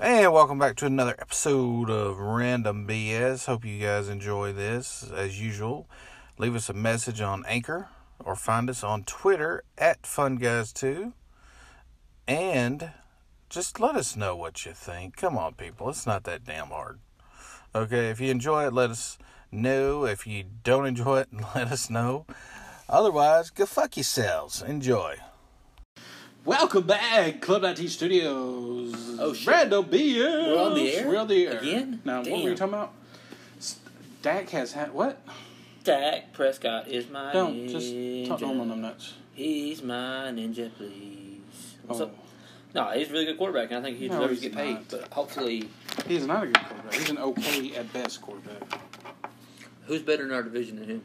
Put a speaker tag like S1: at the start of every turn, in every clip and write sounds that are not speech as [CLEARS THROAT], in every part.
S1: And welcome back to another episode of Random BS. Hope you guys enjoy this as usual. Leave us a message on Anchor or find us on Twitter at FunGuys2. And just let us know what you think. Come on, people. It's not that damn hard. Okay, if you enjoy it, let us know. If you don't enjoy it, [LAUGHS] let us know. Otherwise, go fuck yourselves. Enjoy.
S2: Welcome back, Club 19 Studios.
S3: Oh, shit.
S2: Brando Beers.
S3: We're on the air?
S2: We're on the air
S3: Again?
S2: Now, what were you
S3: Damn.
S2: talking about? S- Dak has had what?
S3: Dak Prescott is my
S2: Don't just
S3: ninja.
S2: talk normal on them nuts.
S3: He's my ninja, please. What's
S2: Oh.
S3: up? No, he's a really good quarterback, and I think he
S2: No,
S3: deserves to
S2: he's
S3: get paid.
S2: not.
S3: But hopefully,
S2: He's not a good quarterback. He's an okay at best quarterback.
S3: who's better in our division than him?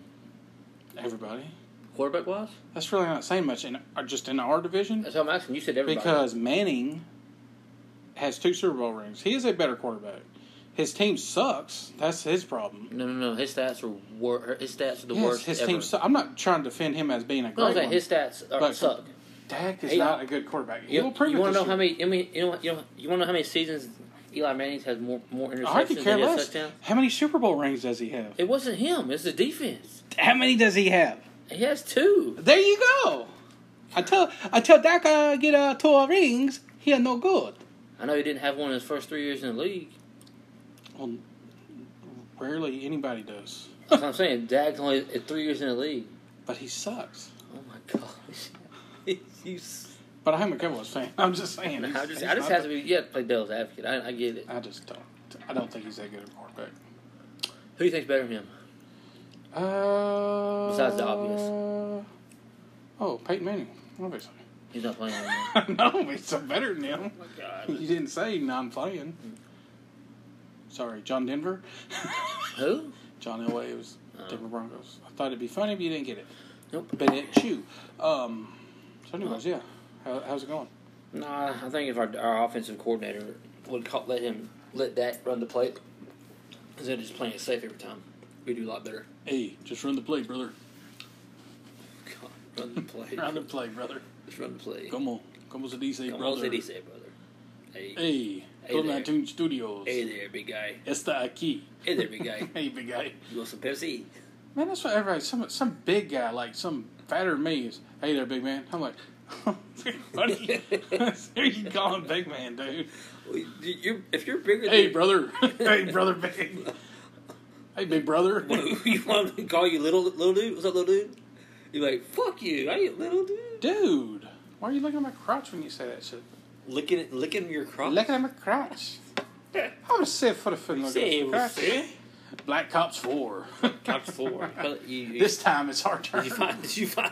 S2: Everybody.
S3: Quarterback wise?
S2: That's really not saying much in uh, just in our division
S3: That's what I'm asking. You said everybody.
S2: because Manning has two Super Bowl rings. He is a better quarterback. His team sucks. That's his problem.
S3: no, no, no. His stats were wor- His stats are the
S2: yes,
S3: worst
S2: his
S3: ever.
S2: team. Su- I'm not trying to defend him as being a
S3: no, I'm
S2: great
S3: saying
S2: one.
S3: his stats are,
S2: But-
S3: suck.
S2: Dak is
S3: Hey, uh,
S2: not a good quarterback. He
S3: You,
S2: will prove
S3: you
S2: it.
S3: want
S2: this
S3: to know how
S2: year.
S3: many? I mean, you know, what- you know, you want to know how many seasons Eli Manning has more more interceptions
S2: Oh, I could care
S3: than he has
S2: less.
S3: touchdowns?
S2: How many Super Bowl rings does he have?
S3: It wasn't him. It's the defense.
S2: How many does he have?
S3: He has two.
S2: There you go. I tell I tell Dak uh, get uh, twelve rings. He are no good.
S3: I know he didn't have one in his first three years in the league.
S2: Well, rarely anybody does.
S3: That's what I'm saying. Dak's only at three years in the league.
S2: But he sucks.
S3: Oh my
S2: [LAUGHS]
S3: gosh. you, s-
S2: But I'm a Cowboys fan. [LAUGHS] I'm just saying.
S3: I
S2: he's-
S3: just,
S2: he's
S3: I just
S2: not
S3: have to be, yeah, play devil's advocate. I, I get it.
S2: the- I just don't. I don't think he's that good a quarterback.
S3: Who do you think's better than him?
S2: Uh,
S3: Besides the obvious.
S2: Oh, Peyton Manning. Obviously.
S3: He's not playing anymore.
S2: [LAUGHS] no, he's better than him.
S3: Oh my God.
S2: You didn't say non playing. Sorry, John Denver.
S3: Who?
S2: John Elway was
S3: Oh.
S2: Denver Broncos. I thought it'd be funny if you didn't get it.
S3: Nope.
S2: But it chew. Um, so, anyways, yeah. How, how's it going?
S3: Nah, I think if our, our offensive coordinator would call, let him let Dak run the play, instead of just playing it safe every time, we do a lot better.
S2: Hey, just run the play, brother.
S3: God, run the play.
S2: Run the play, brother.
S3: Just run the play.
S2: Come on. Come on, DC,
S3: Come on,
S2: brother.
S3: City say, brother. Hey. hey.
S2: Hey,
S3: Hey
S2: Club
S3: there.
S2: 19 Studios.
S3: there, big guy.
S2: Está aquí.
S3: Hey there, big guy.
S2: [LAUGHS] Hey, big guy.
S3: You want
S2: [LAUGHS]
S3: some Pepsi?
S2: Man, that's what everybody, some, some big guy, like some fatter than me, is, hey there, big man. I'm like, [LAUGHS] buddy, [LAUGHS] there you going, big man, dude.
S3: Well, you- if you're bigger
S2: Hey,
S3: than
S2: brother. [LAUGHS] hey, brother, big. Hey, big brother.
S3: [LAUGHS] you want me to call you little little dude? What's up, little dude? You're like, fuck you, I ain't little dude.
S2: Dude, why are you looking at my crotch when you say that shit?
S3: Licking it, licking your crotch.
S2: Looking at
S3: [LAUGHS]
S2: my crotch. I'm a safe for the film.
S3: Say it was
S2: crotch. Black Cops 4.
S3: Couch [LAUGHS] four. you,
S2: [LAUGHS]
S3: you,
S2: this time it's hard
S3: did you
S2: turn.
S3: find? Did you find?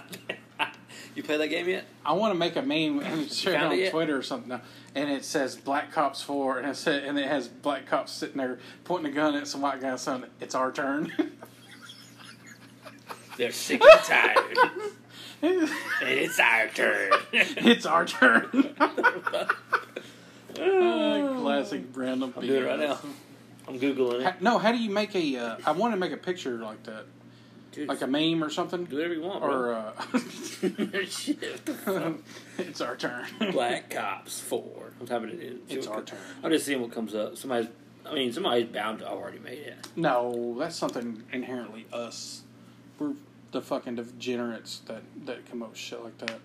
S3: That? [LAUGHS] You play that game yet?
S2: I want to make a meme and [LAUGHS] share it
S3: Found
S2: on
S3: it yet?
S2: Twitter or something, and it says Black Cops Four, and it said, and it has Black Cops sitting there pointing a gun at some white guy, saying, "It's our turn." [LAUGHS]
S3: They're sick and [LAUGHS] tired,
S2: it's
S3: and it's our [LAUGHS] turn.
S2: our turn. [LAUGHS] Uh, classic Brandon.
S3: I'm doing it right now. I'm googling it.
S2: No, how do you make a? Uh, I want to make a picture like that,
S3: Dude,
S2: like a meme or something,
S3: do whatever you want,
S2: or uh, [LAUGHS]
S3: bro. [LAUGHS] Shit, what the fuck?
S2: it's our turn.
S3: Black Cops Four. I'm typing it in. See
S2: It's
S3: what
S2: our
S3: co-
S2: turn.
S3: I'm just seeing what comes up. Somebody's. I mean, somebody's bound to have already made it.
S2: No, that's something inherently us. We're the fucking degenerates that that come up with shit like that.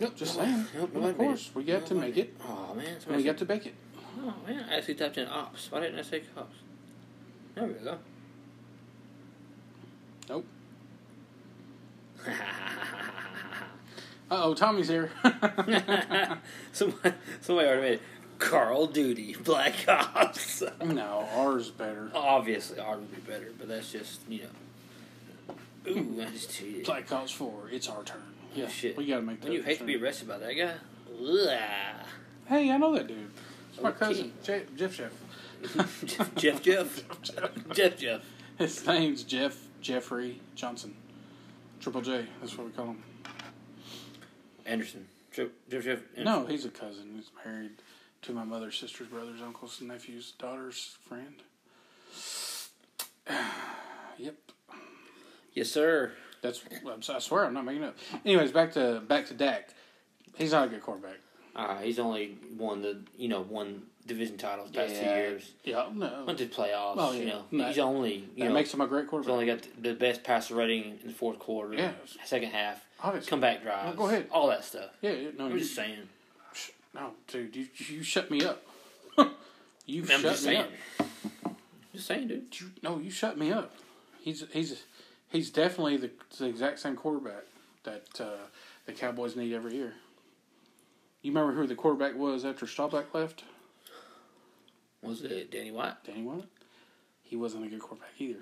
S3: Nope,
S2: Just saying. of course, we got to make it.
S3: Oh man,
S2: And we got to bake it.
S3: Oh man, I actually typed in ops. Why didn't I say cops? There we go. [LAUGHS]
S2: Nope. Uh oh, Tommy's here. [LAUGHS]
S3: somebody, somebody already made it. Carl Duty, Black Ops. [LAUGHS]
S2: no, ours better.
S3: Obviously, ours would be better, but that's just you know. Ooh, I just cheated.
S2: Black Ops Four. It's our turn. Yeah,
S3: Shit.
S2: we gotta make that.
S3: Wouldn't you hate to
S2: turn.
S3: be arrested by that guy? Ugh. [LAUGHS]
S2: Hey, I know that dude. It's my
S3: Okay.
S2: cousin, Jeff. Jeff. Jeff.
S3: Jeff, Jeff, Jeff, Jeff.
S2: [LAUGHS] His name's Jeff Jeffrey Johnson. Triple J. That's what we call him.
S3: Anderson. Jeff, Jeff, Jeff. Anderson.
S2: No, he's a cousin. He's married to my mother's sister's brother's uncle's nephew's daughter's friend. [SIGHS] yep,
S3: Yes, sir.
S2: that's. I'm s- I swear I'm not making it up. Anyways, back to back to Dak. He's not a good quarterback.
S3: Uh, he's only won the you know won division titles the past
S2: Yeah.
S3: two years.
S2: Yeah, no.
S3: Went to the playoffs.
S2: Oh,
S3: You
S2: yeah.
S3: know,
S2: No.
S3: he's only you
S2: that
S3: know
S2: makes him a great
S3: he's
S2: quarterback.
S3: only got the best passer rating in the fourth quarter.
S2: Yes.
S3: Second half.
S2: Obviously.
S3: Comeback
S2: No,
S3: drives.
S2: go ahead.
S3: All that stuff.
S2: yeah, yeah, no,
S3: I'm
S2: you,
S3: just saying.
S2: no, dude, you, you shut me up. [LAUGHS] you
S3: I'm
S2: shut
S3: just
S2: me
S3: saying.
S2: up.
S3: Just saying, dude.
S2: You, no, you shut me up. He's he's he's definitely the, the exact same quarterback that uh, the Cowboys need every year. You remember who the quarterback was after Staubach left?
S3: Was it Danny White?
S2: Danny White. He wasn't a good quarterback either.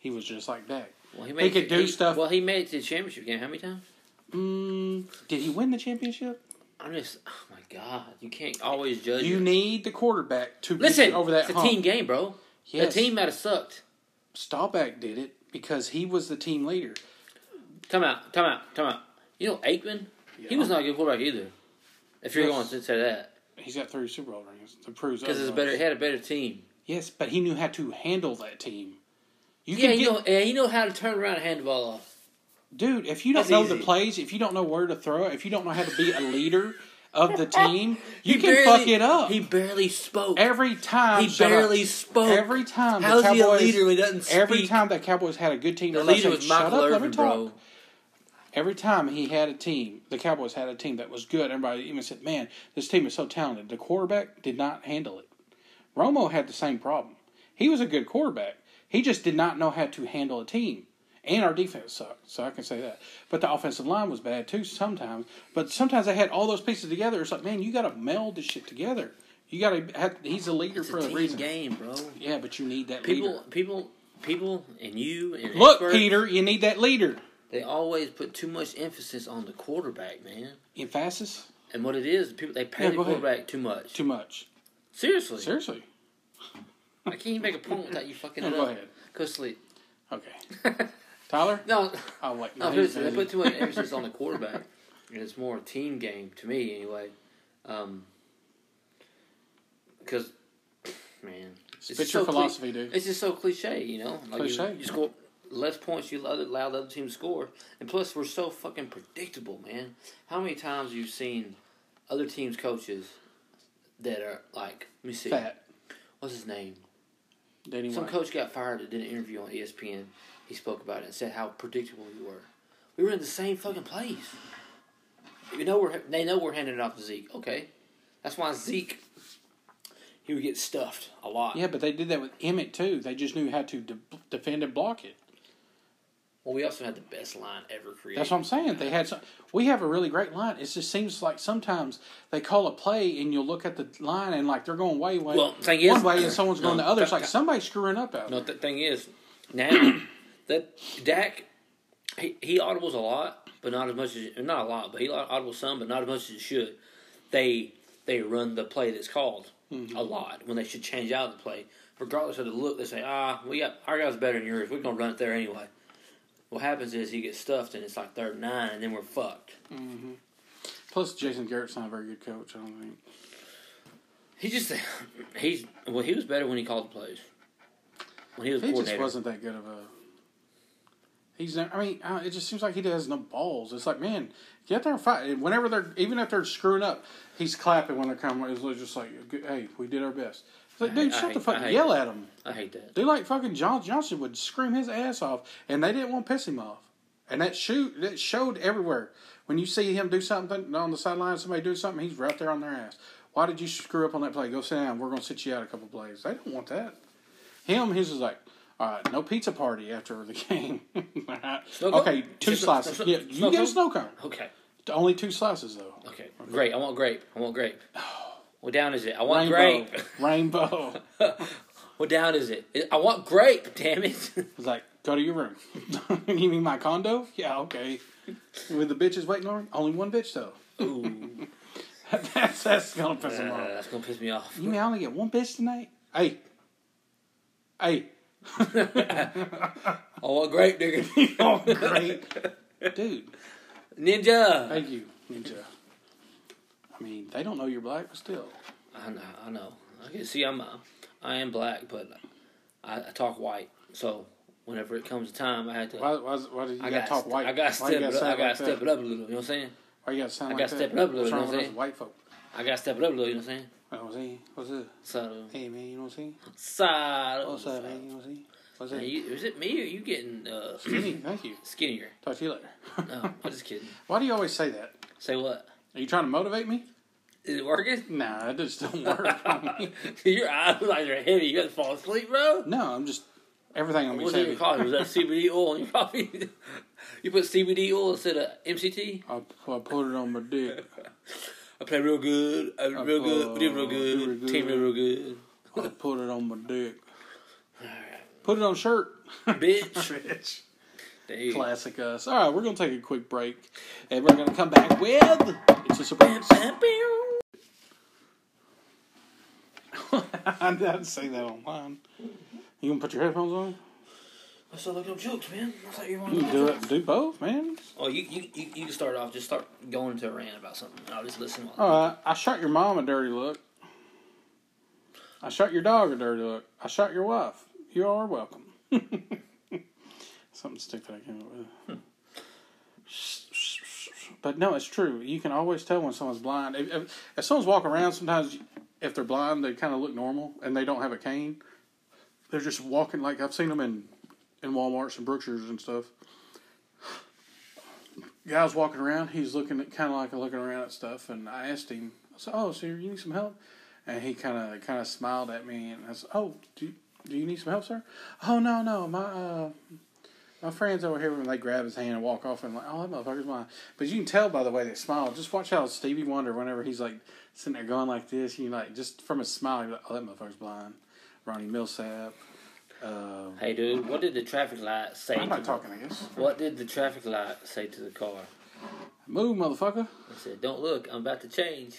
S2: He was just like Dak.
S3: Well, he,
S2: could do stuff-
S3: Well, he made it to the championship game. How many times?
S2: Mm, did he win the championship?
S3: I'm just. Oh my god! You can't always judge.
S2: You
S3: it.
S2: need the quarterback to get
S3: Listen,
S2: you over that
S3: it's a
S2: hump.
S3: team game, bro.
S2: Yes.
S3: The team might have sucked.
S2: Staubach did it because he was the team leader.
S3: Come out, come out, come out. You know Aikman,
S2: Yeah.
S3: he was not a good quarterback either. If you're
S2: Yes.
S3: going to say that,
S2: He's got three Super Bowl rings. That proves
S3: because it's a better,
S2: otherwise.
S3: he had a better team.
S2: Yes, but he knew how to handle that team. You
S3: Yeah,
S2: can
S3: you
S2: get,
S3: know, yeah, you know how to turn around and hand the ball off.
S2: dude. If you don't
S3: That's
S2: know the
S3: easy.
S2: plays, if you don't know where to throw, if you don't know how to be a leader of the team, you
S3: He
S2: can
S3: barely-
S2: fuck it up
S3: He barely spoke.
S2: every time.
S3: he
S2: shut up.
S3: barely spoke.
S2: every time. the
S3: How is he a
S2: Cowboys-
S3: leader? when He doesn't speak.
S2: Every time the Cowboys had a good team,
S3: the
S2: they
S3: leader
S2: said,
S3: was
S2: "Shut
S3: Michael
S2: up, let me
S3: Irvin,
S2: talk."
S3: bro.
S2: Every time he had a team, the Cowboys had a team that was good. Everybody even said, "Man, this team is so talented." The quarterback did not handle it. Romo had the same problem. He was a good quarterback. He just did not know how to handle a team. And our defense sucked, so I can say that. But the offensive line was bad too sometimes. But sometimes they had all those pieces together. It's like, man, you got to meld this shit together. You got to have. He's a leader
S3: It's
S2: for
S3: a
S2: a,
S3: team
S2: reason.
S3: game, bro.
S2: Yeah, but you need that
S3: People,
S2: leader.
S3: people, people, and you and
S2: Look,
S3: experts,
S2: Peter, you need that leader.
S3: They always put too much emphasis on the quarterback, man.
S2: Emphasis
S3: And what it is, people they pay
S2: Yeah,
S3: the
S2: go ahead.
S3: quarterback too much.
S2: too much.
S3: Seriously.
S2: Seriously.
S3: I can't even make a point without you fucking
S2: No,
S3: it
S2: go
S3: up.
S2: ahead.
S3: Go sleep.
S2: Okay. [LAUGHS] Tyler?
S3: No,
S2: Oh, wait.
S3: no,
S2: he's
S3: seriously, they
S2: busy.
S3: put too much emphasis on the quarterback, and it's more a team game to me anyway. Um, because man, it's
S2: Spit
S3: just
S2: your
S3: cli-
S2: philosophy, dude.
S3: It's just so cliche, you know. Like
S2: Cliche.
S3: You, you score less points, you allow, allow the other team to score, and plus we're so fucking predictable, man. How many times you've seen other teams' coaches that are like, let me see,
S2: Fat.
S3: what's his name?
S2: Danny
S3: Some
S2: White.
S3: coach got fired that did an interview on E ESPN. He spoke about it and said how predictable we were. We were in the same fucking place. You know we're they know we're handing it off to Zeke. Okay, that's why Zeke he would get stuffed a lot.
S2: yeah, but they did that with Emmett, too. They just knew how to de- defend and block it.
S3: Well, we also had the best line ever created.
S2: That's what I'm saying. They had some, We have a really great line. It just seems like sometimes they call a play and you'll look at the line and like they're going way, way
S3: Well, thing
S2: one
S3: is-
S2: way and someone's going
S3: No,
S2: the other. It's
S3: th-
S2: like somebody's screwing up out
S3: No,
S2: there.
S3: the thing is, now [CLEARS THROAT] that Dak, he, he audibles a lot, but not as much as not a lot, but he audibles some, but not as much as it should. They they run the play that's called
S2: Mm-hmm.
S3: a lot when they should change out the play, regardless of the look. They say, ah, we got our guy's better than yours. We're gonna run it there anyway. What happens is he gets stuffed, and it's like third and nine, and then we're fucked.
S2: Plus, Jason Garrett's not a very good coach, I don't think.
S3: He just [LAUGHS] he's well, he was better when he called the plays. When he was
S2: He just
S3: coordinator,
S2: wasn't that good of a. He's. not- I mean, uh, it just seems like he has no balls. It's like, man, get out there and fight. And whenever they're, even if they're screwing up, he's clapping when they're coming. It's just like, hey, we did our best. It's like, dude,
S3: I
S2: shut the
S3: hate-
S2: fuck.
S3: I hate
S2: Yell
S3: that.
S2: at him.
S3: I hate that.
S2: Do like fucking John Johnson would scream his ass off, and they didn't want to piss him off. And that shoot that showed everywhere. When you see him do something on the sideline, somebody doing something, he's right there on their ass. Why did you screw up on that play? Go sit down. We're gonna sit you out a couple plays. They don't want that. Him, his is like, all right, no pizza party after the [LAUGHS] game.
S3: Snow
S2: okay,
S3: cone?
S2: two
S3: Just a-
S2: slices.
S3: snow-
S2: yeah,
S3: snow
S2: you get a
S3: cone?
S2: snow cone.
S3: Okay.
S2: Only two slices though.
S3: Okay, grape. I want grape. I
S2: [SIGHS]
S3: want grape. What down is it? I want
S2: Rainbow,
S3: grape. [LAUGHS]
S2: rainbow.
S3: What down is it? I want grape. Damn it! [LAUGHS]
S2: He's like, go to your room. [LAUGHS] you mean my condo? Yeah, okay. With the bitches waiting on him? Only one bitch, though. [LAUGHS]
S3: Ooh,
S2: that's, that's going to piss
S3: uh,
S2: him off.
S3: that's gonna piss me off.
S2: You mean I only get one bitch tonight? Hey. Hey.
S3: I want grape,
S2: [LAUGHS]
S3: nigga.
S2: Oh, great. Dude,
S3: Ninja.
S2: thank you, Ninja. I mean, they don't know you're black, but still.
S3: I know. I know. I can see. I'm. Uh, I am black, but I, I talk white. So whenever it comes time, I had to.
S2: Why, why, is- why do you got
S3: I
S2: to
S3: gotta
S2: talk
S3: st-
S2: white?
S3: I gotta
S2: why
S3: step
S2: you
S3: it
S2: gotta
S3: up. I
S2: sound
S3: gotta
S2: like
S3: step
S2: that?
S3: it up a little. You know what I'm saying?
S2: Why you got to sound
S3: I
S2: like
S3: gotta
S2: that?
S3: step it up a little,
S2: What's
S3: you know
S2: wrong
S3: what
S2: with
S3: I'm
S2: us
S3: saying?
S2: white folk?
S3: I gotta step it up a little. You know what I'm saying?
S2: You know what I'm saying? What's up?
S3: So,
S2: Hey, man, you know what I'm saying?
S3: side.
S2: What's up, man? You know what I'm saying? What's
S3: Now,
S2: up?
S3: you, is it me or you getting uh,
S2: Skinny, thank you.
S3: skinnier?
S2: Talk to you later. [LAUGHS]
S3: No, Oh, I'm just kidding.
S2: Why do you always say that?
S3: Say what?
S2: Are you trying to motivate me?
S3: Is
S2: [LAUGHS]
S3: it working?
S2: Nah, that just don't work
S3: [LAUGHS]
S2: on me.
S3: Your eyes are like they're heavy. You gotta fall asleep, bro.
S2: No, I'm just everything on me.
S3: What's in your
S2: [LAUGHS]
S3: coffee? Was that CBD oil in your coffee? [LAUGHS] you put CBD oil instead of MCT?
S2: I, I put it on my dick.
S3: I play real good. I real good. We did real
S2: Oh, we
S3: good.
S2: were
S3: Team did real good.
S2: [LAUGHS] I put it on my dick. Put it on shirt.
S3: Bitch.
S2: Bitch.
S3: Dude.
S2: Classic us. All right, we're gonna take a quick break, and we're gonna come back with it's a surprise. [LAUGHS] I didn't say that online. You gonna put your headphones on?
S3: I still looking up jokes, man. I thought you were
S2: You do it. Do both, man.
S3: Oh, you, you, you, you can start off. Just start going to a rant about something. I'll just listen. While
S2: All right. I shot your mom a dirty look. I shot your dog a dirty look. I shot your wife. You are welcome. [LAUGHS] Something stupid I came up with. But no, it's true. You can always tell when someone's blind. If, if, if someone's walking around, sometimes if they're blind, they kind of look normal and they don't have a cane. They're just walking like I've seen them in in WalMarts and Brookshire's and stuff. Guy's walking around. He's looking at kind of like looking around at stuff, and I asked him. I said, "Oh, so you need some help?" And he kind of kind of smiled at me, and I said, "Oh, do you, do you need some help, sir?" Oh no, no, my uh, my friends over here when they grab his hand and walk off and like, oh that motherfucker's mine. But you can tell by the way they smile. Just watch how Stevie Wonder whenever he's like sitting there going like this, you like just from his smile, you're like, oh that motherfucker's blind. Ronnie Millsap. Uh,
S3: hey, dude, what did the traffic light say?
S2: I'm
S3: to
S2: not
S3: the-
S2: talking to this.
S3: What did the traffic light say to the car?
S2: Move, motherfucker.
S3: I said, "Don't look. I'm about to change."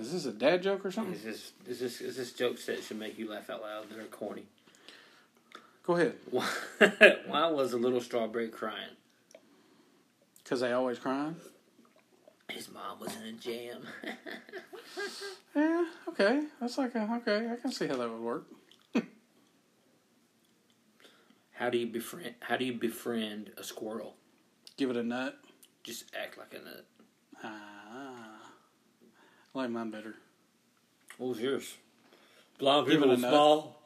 S2: Is this a dad joke or something?
S3: Is this is this is this jokes that should make you laugh out loud that are [LAUGHS] corny?
S2: Go ahead.
S3: [LAUGHS] Why, why was the little strawberry crying?
S2: Cause they always crying.
S3: His mom was in a jam. [LAUGHS]
S2: Yeah, Eh, okay. That's like a okay. I can see how that would work.
S3: how do you befriend? How do you befriend a squirrel?
S2: Give it a nut.
S3: Just act like a nut.
S2: Ah, I like mine better.
S3: What was yours? Blonde
S2: Give it
S3: people
S2: a nut.
S3: small.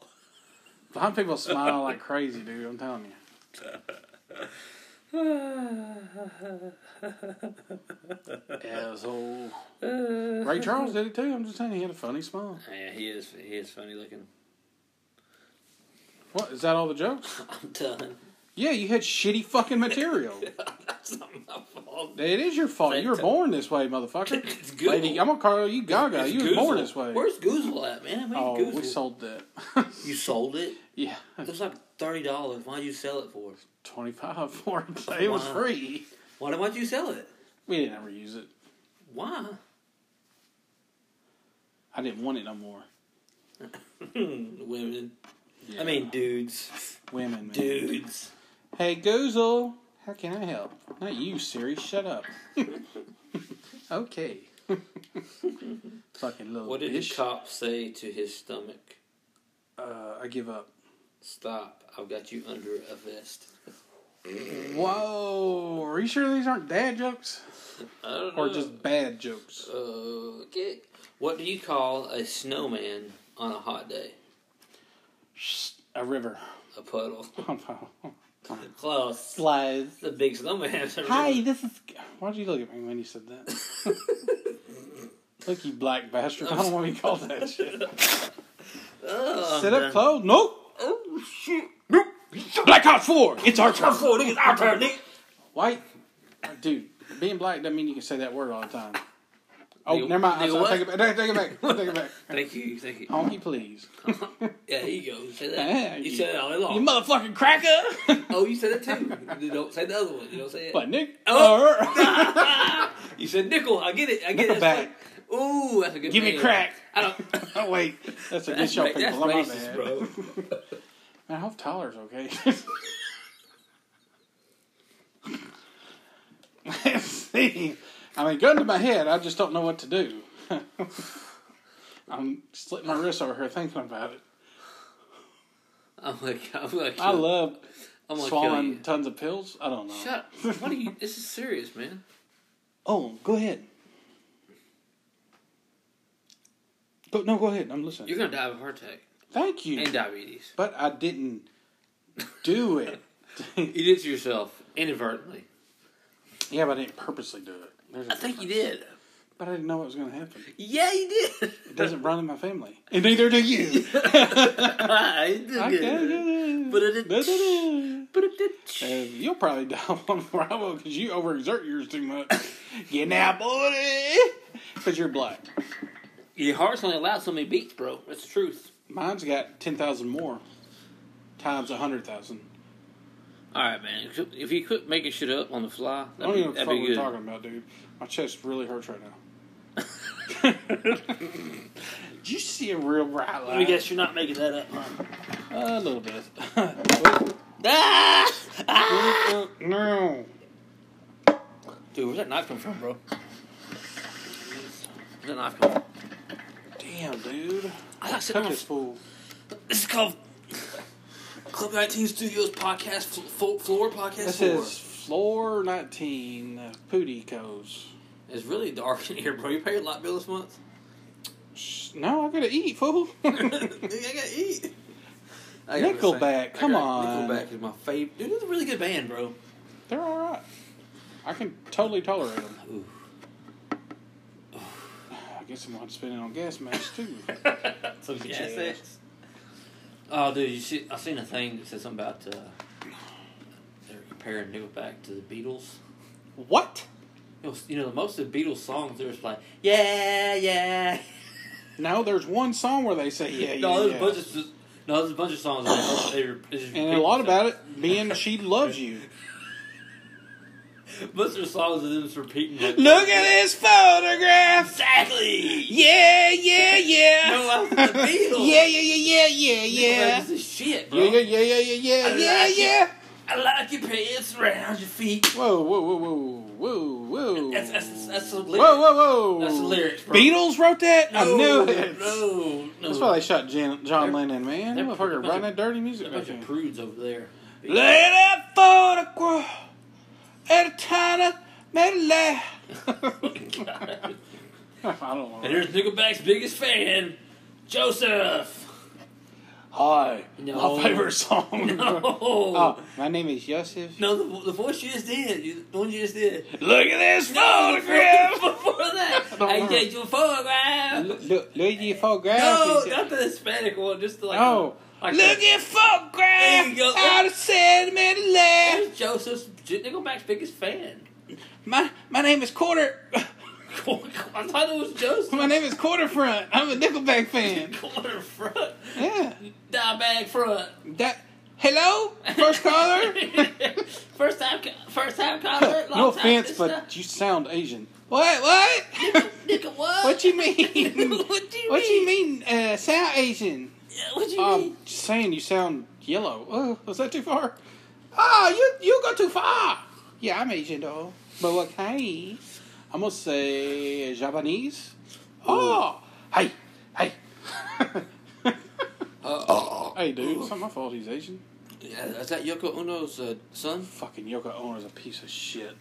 S2: Blind people smile like crazy, dude. I'm telling you. Asshole.
S3: Uh,
S2: Ray Charles did it too. I'm just saying he had a funny smile.
S3: Ah, Yeah, he is. He is funny looking.
S2: What is that? All the jokes?
S3: [LAUGHS] I'm done. [LAUGHS]
S2: Yeah, you had shitty fucking material.
S3: That's not my fault.
S2: it is your fault. You were born this way, motherfucker.
S3: It's Goozle.
S2: Lady, I'm gonna call you Gaga.
S3: It's
S2: you were born
S3: Goozle.
S2: this way.
S3: Where's Goozle at, man? I mean,
S2: Oh,
S3: Goozle.
S2: we sold that. [LAUGHS]
S3: You sold it.
S2: yeah,
S3: It was like thirty dollars. Why'd you sell it for?
S2: twenty five for it. It was
S3: Wow.
S2: free.
S3: Why why'd you sell it?
S2: We didn't ever use it.
S3: Why?
S2: I didn't want it no more.
S3: [LAUGHS] Women. I mean, dudes.
S2: Women, man.
S3: Dudes.
S2: Hey, Goozle, how can I help? Not you, Siri. Shut up. [LAUGHS] okay. [LAUGHS] Fucking little
S3: What did
S2: bitch.
S3: the cop say to his stomach?
S2: uh, I give up.
S3: Stop! I've got you under a vest.
S2: Whoa, are you sure these aren't dad jokes
S3: I don't know.
S2: or just bad jokes?
S3: Uh, okay. What do you call a snowman on a hot day?
S2: A river. [LAUGHS]
S3: A puddle. [LAUGHS] Close.
S2: Slides.
S3: The big snowman. [LAUGHS]
S2: Hi, this is. Why'd you look at me when you said that? look, you black bastard. I don't want to be called that
S3: [LAUGHS]
S2: shit.
S3: Ugh,
S2: Sit
S3: man.
S2: up close. Nope.
S3: Oh shit!
S2: Black Ops 4. It's our turn.
S3: Come forward, it's our turn. Nick.
S2: White, dude, being black doesn't mean you can say that word all the time. Oh,
S3: Nigga-
S2: never mind.
S3: nigga
S2: I'll
S3: what?
S2: take it back. Take it back.
S3: [LAUGHS]
S2: Take it back.
S3: Thank you, thank you.
S2: Honky,
S3: [LAUGHS]
S2: please.
S3: Yeah, here you go. Say
S2: Yeah,
S3: that. You
S2: you-
S3: said it all day long.
S2: You motherfucking cracker.
S3: Oh, you said it too. You don't say the other one. You don't say it.
S2: but Nick,
S3: Oh.
S2: uh,
S3: [LAUGHS] You said nickel. I get it. I get it.
S2: Nickelback.
S3: That's like- Ooh, that's a
S2: [LAUGHS]
S3: good.
S2: give me
S3: band.
S2: crack.
S3: I
S2: [LAUGHS]
S3: don't.
S2: Oh
S3: [LAUGHS]
S2: wait, that's
S3: That's,
S2: against y'all
S3: ra-
S2: people.
S3: that's
S2: I'm my
S3: racist,
S2: bad.
S3: bro.
S2: Man, I hope Tyler's okay. [LAUGHS] See, I mean, gun to my head, I just don't know what to do. [LAUGHS] I'm slitting my wrists over here thinking about it.
S3: I'm like, I'm like,
S2: I love
S3: I'm gonna kill you.
S2: swallowing tons of pills. I don't know.
S3: Shut. up. What are you? This is serious, man.
S2: Oh, go ahead. Go, no, go ahead. I'm listening.
S3: You're gonna die of a heart attack
S2: Thank you.
S3: and diabetes.
S2: but I didn't do it. [LAUGHS]
S3: You did it to yourself inadvertently.
S2: yeah, but I didn't purposely do it. There's a
S3: I think you
S2: difference.
S3: did.
S2: But I didn't know it was going to happen.
S3: Yeah,
S2: [LAUGHS]
S3: you did. [LAUGHS]
S2: It doesn't run in my family. And neither do you.
S3: I did.
S2: I can't do it.
S3: But it did. [LAUGHS]
S2: Da-da-da.
S3: But it did.
S2: And you'll probably die on Bravo because you overexert yours too
S3: [LAUGHS]
S2: much. Get now, buddy. Because you're black.
S3: Your heart's only allowed so many beats, bro. That's the truth.
S2: Mine's got 10,000 more times 100,000.
S3: All right, man. If you quit making shit up on the fly,
S2: I don't even
S3: that'd be,
S2: know what the
S3: that'd
S2: fuck
S3: be
S2: we're
S3: good.
S2: talking about, dude. My chest really hurts right now.
S3: [LAUGHS]
S2: Did you see a real bright
S3: Let
S2: light?
S3: me guess you're not making that up. huh?
S2: A little bit.
S3: [LAUGHS]
S2: [LAUGHS]
S3: Ah! Ah!
S2: no.
S3: Dude, where's that knife come from, bro? Where's that knife come from?
S2: Damn, dude.
S3: I like sitting
S2: Cut
S3: on.
S2: this fool.
S3: This is called Club 19 Studios Podcast Flo- Floor Podcast.
S2: This
S3: floor.
S2: is floor 19, uh, Pootie Co's.
S3: It's really dark in here, bro. You pay your light bill this month? [LAUGHS]
S2: Shh, No, I gotta eat, fool. [LAUGHS]
S3: Dude, I gotta eat. I gotta
S2: Nickelback,
S3: say, I got-
S2: come on.
S3: Nickelback is my favorite. Dude, it's a really good band, bro.
S2: They're alright. I can totally tolerate them.
S3: Ooh.
S2: [SIGHS] I guess I'm not spending on gas masks too.
S3: Some
S2: bitch
S3: jazz
S2: ass.
S3: acts. Oh, dude, you see, I seen a thing that said something about uh, they're comparing Nickelback to the Beatles.
S2: what?
S3: It was, you know, most of the Beatles songs they were just like, yeah, yeah.
S2: No, there's one song where they say [LAUGHS] yeah, yeah,
S3: [LAUGHS] no, there's
S2: yeah.
S3: a bunch of no, there's a bunch of songs. That they, they, they just
S2: and a
S3: repeat
S2: lot about
S3: themselves.
S2: it being she loves [LAUGHS] you.
S3: Bunch of songs of them just repeating. Like,
S2: this photograph.
S3: Exactly.
S2: Yeah, yeah, yeah.
S3: No,
S2: [LAUGHS]
S3: I'm the Beatles.
S2: yeah, yeah, yeah, yeah, yeah, yeah.
S3: Nickelback is the shit, bro.
S2: Yeah, yeah, yeah, yeah, yeah, yeah, yeah,
S3: I like it.
S2: yeah.
S3: I like your pants around your feet.
S2: Whoa, whoa, whoa, whoa, whoa, whoa.
S3: That's- that's- that's the lyric.
S2: Whoa, whoa, whoa.
S3: That's the lyrics, bro.
S2: Beatles wrote that? I
S3: No,
S2: knew it.
S3: Oh, No, no.
S2: That's why they shot Jan- John
S3: They're-
S2: Lennon, man. That
S3: they're
S2: motherfucker
S3: pretty
S2: writing
S3: much-
S2: that dirty music.
S3: There's a bunch of
S2: back then.
S3: prudes over there.
S2: Let that photograph at a time may lay.
S3: God.
S2: [LAUGHS] I don't know.
S3: And here's Nickelback's biggest fan,
S2: [LAUGHS]
S3: Joseph.
S2: Hi.
S3: No.
S2: My favorite song.
S3: No.
S2: [LAUGHS] Oh, my name is Yosef.
S3: No, the, the voice you just did, you, the one you just did.
S2: Look at this
S3: [LAUGHS] Before that,
S2: Don't
S3: I
S2: remember.
S3: get you a photograph.
S2: Look, look at your photograph.
S3: No,
S2: He said-
S3: not the Hispanic one, just like.
S2: Oh.
S3: Like
S2: Look
S3: the-
S2: at photograph.
S3: There you go.
S2: Out of sentimental laugh.
S3: Here's Joseph's Nickelback's biggest fan. [LAUGHS]
S2: My my name is Quarter. [LAUGHS]
S3: I thought it was Joseph. [LAUGHS]
S2: My name is Quarter Front. I'm a Nickelback fan.
S3: Corner front,
S2: Yeah.
S3: die bag front. [LAUGHS]
S2: That. Hello, first caller.
S3: first time, ca- first time caller.
S2: [LAUGHS]
S3: Long
S2: no
S3: time
S2: offense,
S3: listener.
S2: but you sound Asian. What? What? [LAUGHS]
S3: Nickel, nickel [LAUGHS] what?
S2: what you mean?
S3: what you
S2: what you
S3: mean?
S2: mean? Uh, sound Asian?
S3: Yeah, What you
S2: Um,
S3: mean?
S2: just saying you sound yellow. Oh, was that too far? Oh, you you go too far. Yeah, I'm Asian though, but what kind? I'm gonna say Japanese. Oh, hey, hey. [LAUGHS]
S3: Uh,
S2: Hey, dude, it's not my fault he's Asian.
S3: yeah, is that Yoko Ono's uh, son?
S2: Fucking Yoko Ono's a piece of shit.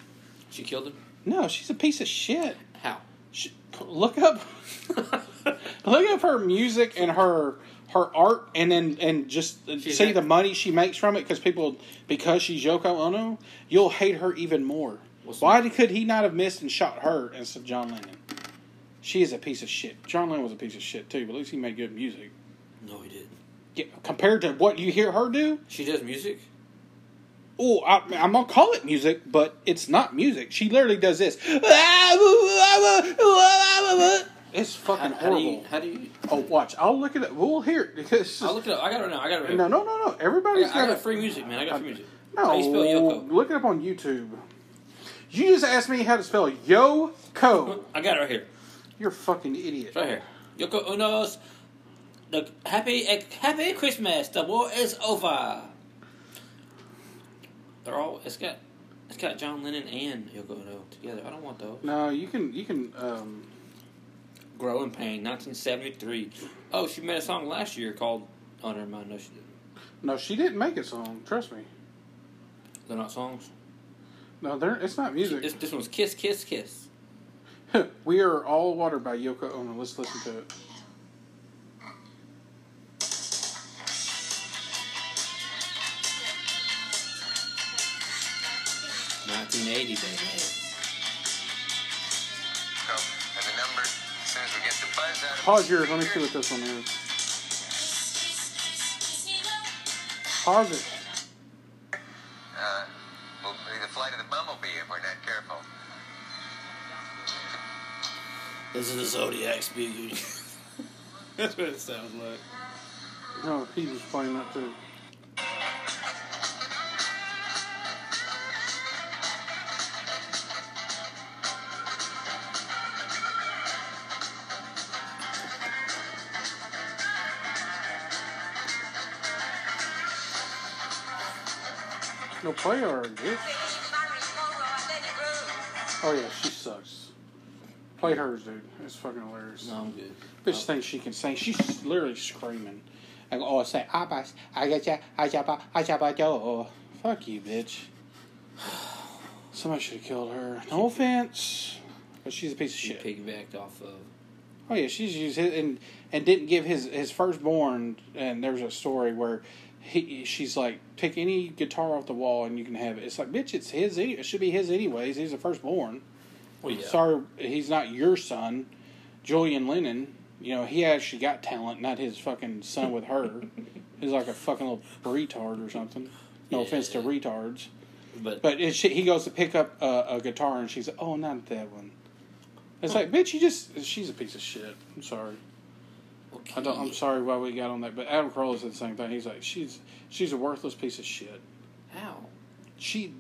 S3: She killed him.
S2: No, she's a piece of shit. [LAUGHS]
S3: How?
S2: She, look up, [LAUGHS] look up her music and her her art, and then and just see
S3: a-
S2: the money she makes from it. Because people, because she's Yoko Ono, you'll hate her even more.
S3: What's
S2: Why did- could he not have missed and shot her instead of John Lennon? She is a piece of shit. John Lennon was a piece of shit too, but at least he made good music.
S3: no, he didn't.
S2: Yeah, compared to what you hear her do,
S3: She does music.
S2: Oh, I, I'm gonna call it music, but it's not music. She literally does this. It's fucking
S3: how, how do
S2: horrible.
S3: you? How do you?
S2: Oh, watch! I'll look it up. We'll hear it [LAUGHS] because it's
S3: I'll
S2: just-
S3: look it up. I got it right now. I got it right
S2: no, no,
S3: now.
S2: no, no.
S3: I
S2: Everybody's
S3: got, I
S2: got
S3: got
S2: it.
S3: free music, man. I got free music.
S2: No,
S3: How do you spell Yoko?
S2: look it up on YouTube. You just asked me how to spell
S3: [LAUGHS]
S2: Yoko.
S3: I got it right here.
S2: You're a fucking idiot.
S3: It's right here. Yoko Ono's the happy eh, happy Christmas. The war is over. They're all. It's got. It's got John Lennon and Yoko Ono together. I don't want those.
S2: No, you can, you can. um
S3: Growing Pain, 1973. Oh, she made a song last year called. Oh, never mind. No, she didn't.
S2: No, she didn't make a song. Trust me.
S3: They're not songs.
S2: No, they're, it's not music.
S3: This this one's Kiss, Kiss, Kiss.
S2: [LAUGHS] we are all water by Yoko Ono. Let's listen to it.
S4: 1980, baby.
S5: So, and the number, as soon as we get the buzz out of
S2: Pause
S5: the
S2: yours. Let me see
S5: speaker,
S2: what this one is. Pause it.
S5: Uh, will be the flight of the bumblebee if we're not careful.
S3: This is the Zodiac [LAUGHS] speaking. That's what it sounds like.
S2: No, he was playing that too. No play or bitch. Oh yeah, she sucks. Play hers, dude. It's fucking hilarious.
S3: No, I'm good.
S2: Bitch thinks she can sing. She's literally screaming. And all I say, I pass, I get ya, I jabba, I jabba do. Fuck you, bitch. [SIGHS] Somebody should have killed her. No offense, but she's a piece of
S4: She
S2: shit.
S4: piggybacked off of.
S2: Oh yeah, she's used his, and and didn't give his his firstborn. And there's a story where he she's like, take any guitar off the wall and you can have it. It's like, bitch, it's his. any- It should be his anyways. He's the firstborn.
S3: Well, yeah.
S2: Sorry, he's not your son, Julian Lennon. You know, he actually got talent, not his fucking son with
S3: [LAUGHS]
S2: her. He's like a fucking little retard or something. No
S3: Yeah.
S2: offense to retards,
S3: But,
S2: but it, she, he goes to pick up uh, a, a guitar and she's like, "Oh, not that one." It's like, bitch, you just she's a piece of shit. I'm sorry.
S3: okay.
S2: I don't. I'm sorry why we got on that. But Adam Carolla said the same thing. He's like, she's she's a worthless piece of shit
S3: How?
S2: she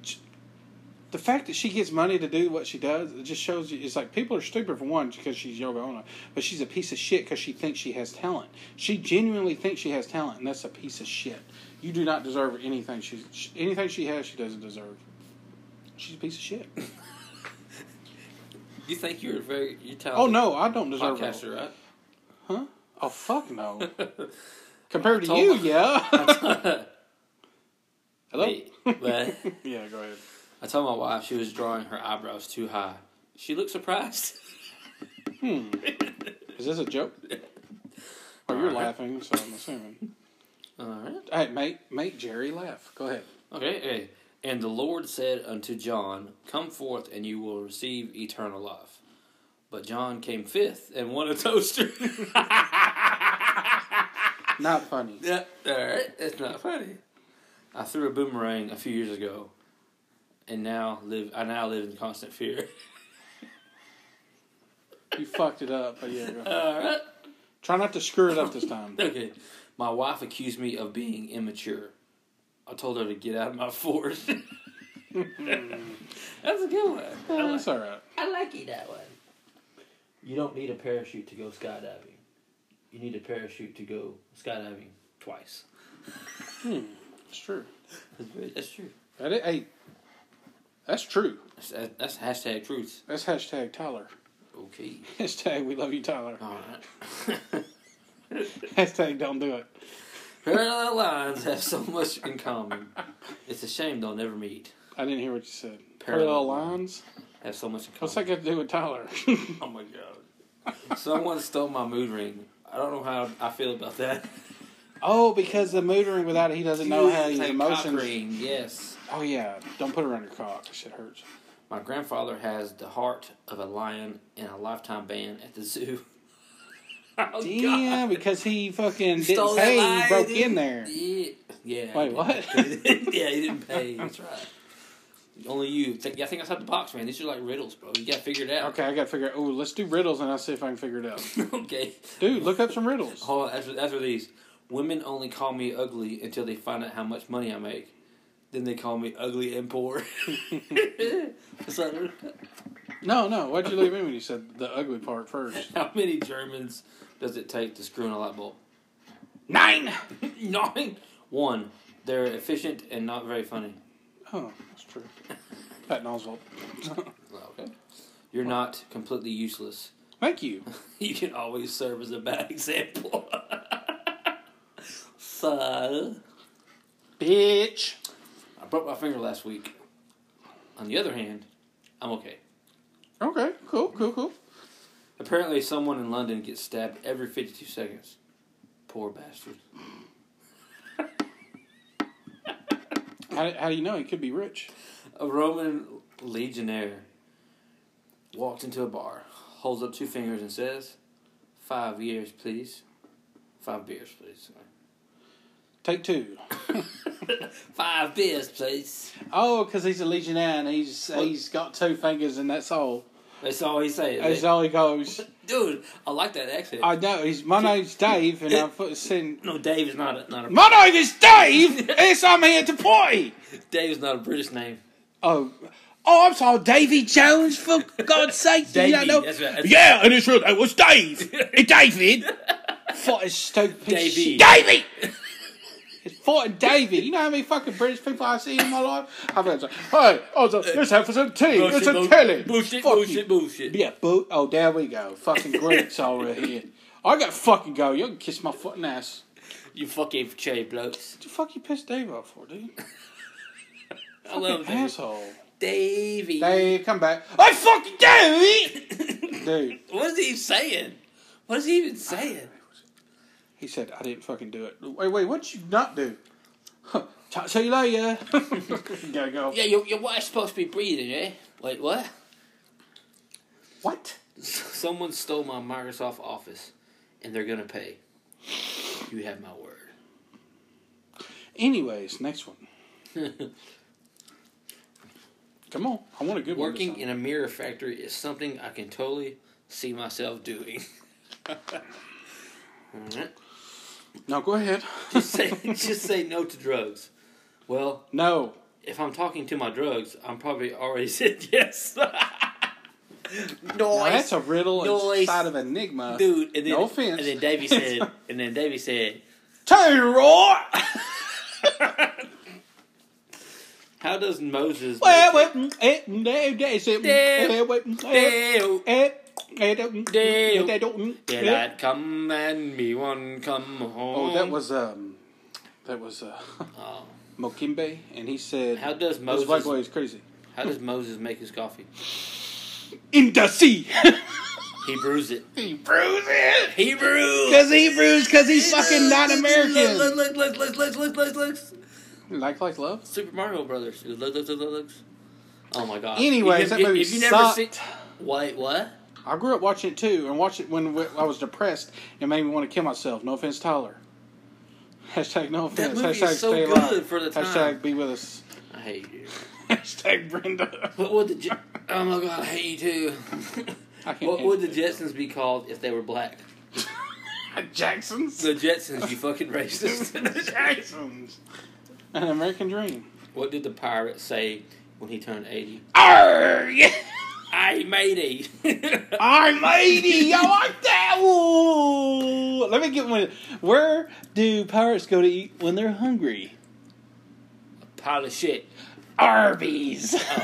S2: the fact that she gets money to do what she does it just shows you it's like people are stupid for one because she's yoga ona but she's a piece of shit because she thinks she has talent she genuinely thinks she has talent and that's a piece of shit you do not deserve anything she's she, anything she has she doesn't deserve she's a piece of shit
S3: You think you're very you
S2: oh no i don't deserve it
S3: podcaster, right?
S2: huh oh fuck
S3: [LAUGHS]
S2: no compared to you yeah hello
S3: Me.
S2: [LAUGHS]
S3: But
S2: yeah go ahead
S3: I told my wife she was drawing her eyebrows too high. She looked surprised. [LAUGHS]
S2: is this a joke oh you're laughing so i'm assuming
S3: All right.
S2: Hey, make make Jerry laugh. Go
S3: [LAUGHS]
S2: ahead.
S3: Okay, okay. And the Lord said unto John, Come forth, and you will receive eternal life. But John came fifth and won a [LAUGHS] toaster.
S2: Not funny.
S3: yeah, all right. It's not funny. I threw a boomerang a few years ago, and now live. I now live in constant fear. [LAUGHS]
S2: You fucked it up. But yeah, go.
S3: All right.
S2: try not to screw it up this
S3: [LAUGHS]
S2: time.
S3: Okay. My wife accused me of being immature. I told her to get out of my fort. [LAUGHS] That's a good one.
S2: That's all right.
S4: I like you that way. You don't need a parachute to go skydiving. You need a parachute to go skydiving twice.
S2: It's true.
S3: That's, very- that's true.
S2: That is, hey, that's true.
S3: That's, that- that's hashtag truth.
S2: That's hashtag Tyler. [LAUGHS]
S3: Okay.
S2: Hashtag we love you, Tyler.
S3: All right.
S2: Hashtag don't do it.
S3: [LAUGHS] Parallel lines have so much in common. It's a shame they'll never meet.
S2: I didn't hear what you said. Parallel
S3: Parallel
S2: lines.
S3: Have so much in common.
S2: What's that got to do with Tyler? [LAUGHS]
S3: oh my god. [LAUGHS] Someone stole my mood ring. I don't know how I feel about [LAUGHS] that.
S2: oh, because the mood ring without it, he doesn't know how his
S3: Like cock
S2: emotions.
S3: ring, yes.
S2: Oh yeah, don't put it around your cock. That Shit hurts.
S3: My grandfather has the heart of a lion and a lifetime ban at the zoo. [LAUGHS] oh,
S2: Yeah, because he fucking
S3: Stole
S2: didn't
S3: that
S2: pay.
S3: lion,
S2: Broke
S3: didn't-
S2: in there.
S3: Yeah. yeah
S2: Wait,
S3: [LAUGHS] yeah,
S2: what?
S3: he didn't pay. That's right. Only you. Think, I think outside the box, man. These are like riddles, bro. You gotta figure it out.
S2: Okay, I gotta figure out. Oh, let's do riddles and I'll see if I can figure it out.
S3: [LAUGHS] okay.
S2: Dude, look up some riddles.
S3: Hold on. After, after these, women only call me ugly until they find out how much money I make. Then they call me ugly and poor. [LAUGHS] So,
S2: No, no, why'd you leave me when you said the ugly part first?
S3: [LAUGHS] how many Germans does it take to screw in a light bulb?
S2: Nine!
S3: [LAUGHS] Nine. One, they're efficient and not very funny.
S2: Oh, that's true. Pat Oswald.
S3: Okay. You're not completely useless. [LAUGHS]
S2: Thank you.
S3: You can always serve as a bad [LAUGHS] example. so,
S2: Bitch.
S3: I broke my finger last week. On the other hand, I'm okay.
S2: Okay, cool, cool, cool.
S3: Apparently, someone in London gets stabbed every 52 seconds. Poor bastard.
S2: How, how do you know he could be rich?
S3: A Roman legionnaire walks into a bar, holds up two fingers, and says, Five years, please. Five beers, please.
S2: Take two.
S3: Five beers, please.
S2: Oh, because he's a legionnaire and he's he's got two fingers and that's all.
S3: That's all he says.
S2: That's all he goes.
S3: Dude, I like that accent.
S2: I know. He's my name's Dave, and I'm put- saying
S3: no, Dave is not a, not a
S2: my name is
S3: [LAUGHS]
S2: Dave. Yes, I'm here to party.
S3: Dave is not a British name.
S2: Oh, oh, I'm sorry, Davy Jones. For God's
S3: [LAUGHS]
S2: sake, do you not
S3: Davey,
S2: know?
S3: that's right, that's-
S2: yeah, and his real name was Dave. Eh,
S3: [LAUGHS]
S2: David. Fighting stupid
S3: Davey.
S2: shit.
S3: [LAUGHS]
S2: Davey. It's Fighting Davy. You know how many fucking British people I've seen in my life? I've been like, hey, I was like, let's have some tea, let's
S3: Uh,
S2: have
S3: Bullshit, bull-
S2: telly.
S3: bullshit,
S2: Fuck you.
S3: bullshit, bullshit.
S2: Yeah, boo. Oh, there we go. Fucking Greeks over
S3: [LAUGHS]
S2: here. I got fucking go. You can kiss my fucking ass.
S3: You fucking chay blokes.
S2: What the fuck you pissed Dave off for,
S3: [LAUGHS]
S2: dude?
S3: I love
S2: Fucking
S3: Dave.
S2: [LAUGHS] asshole.
S3: Davey.
S2: Dave, come back. I fucking Davey!
S3: [LAUGHS]
S2: dude,
S3: What is he saying? What is he even saying?
S2: he said, I didn't fucking do it. Wait, wait, what'd you not do? [LAUGHS] Huh, Talk to you later. [LAUGHS] Gotta go.
S3: Yeah, your, your wife's supposed to be breathing, eh? Wait, what?
S2: What?
S3: Someone stole my Microsoft Office, and they're gonna pay. You have my word.
S2: Anyways, next one.
S3: [LAUGHS]
S2: Come on, I want a good
S3: Working
S2: one. this
S3: in a mirror factory is something I can totally see myself doing. [LAUGHS] Alright.
S2: time. No, go ahead.
S3: [LAUGHS]
S2: [LAUGHS]
S3: just say, just say no to drugs. Well,
S2: No.
S3: if I'm talking to my drugs, I'm probably already [LAUGHS] said yes.
S2: Now, that's
S3: Noise,
S2: a riddle
S3: Noise.
S2: inside of Enigma.
S3: dude. And then,
S2: no offense.
S3: And then
S2: [LAUGHS]
S3: Davey said, and then Davey said, [LAUGHS]
S2: Tell you what.
S3: "How does Moses?"
S2: Well, well, mm, eh, mm, eh, mm, eh, it's, eh, mm,
S3: Damn.
S2: eh, well, mm, eh,
S3: Dale,
S2: eh, eh, don't, mm,
S3: Damn.
S2: eh, they don't, mm,
S3: did
S2: eh.
S3: I come and me one come home?
S2: Oh, that was um, that was uh, [LAUGHS]
S3: Oh.
S2: Mokimbe, and he said,
S3: How does
S2: "This white
S3: Moses-
S2: boy is crazy."
S3: How does Moses make his coffee?
S2: In the sea,
S3: [LAUGHS] He brews it.
S2: he brews it
S3: He brews.
S2: because he brews because he's fucking not
S3: Look,
S2: American.
S3: look, look, look, look, look, look, look.
S2: Like like love.
S3: Super Mario Brothers. Look, look, look, look, look. Oh my god.
S2: Anyways,
S3: If-
S2: that
S3: if-
S2: movie
S3: if you
S2: sucked.
S3: Never see, wait, what?
S2: I grew up watching it too, and watched it when I was depressed and made me want to kill myself. No offense, Tyler. Hashtag no
S3: That
S2: offense.
S3: movie is
S2: Hashtag
S3: so
S2: stay
S3: good
S2: alive.
S3: for the time.
S2: Hashtag be with us. [LAUGHS]
S3: I hate you.
S2: Hashtag Brenda. [LAUGHS]
S3: What would the Je- Oh my god, I hate you too.
S2: I can't
S3: what would the
S2: handle
S3: Jetsons be called if they were black?
S2: it. Jacksons?
S3: The Jetsons, you
S2: [LAUGHS]
S3: fucking racist.
S2: Jacksons. An American Dream.
S3: what did the pirate say when he turned eighty?
S2: Arr, yeah.
S3: I
S2: [LAUGHS]
S3: matey.
S2: I'm 80. I like that. Ooh. Let me get one. Where do pirates go to eat when they're hungry?
S3: [LAUGHS] Pile of shit.
S2: Arby's. [LAUGHS]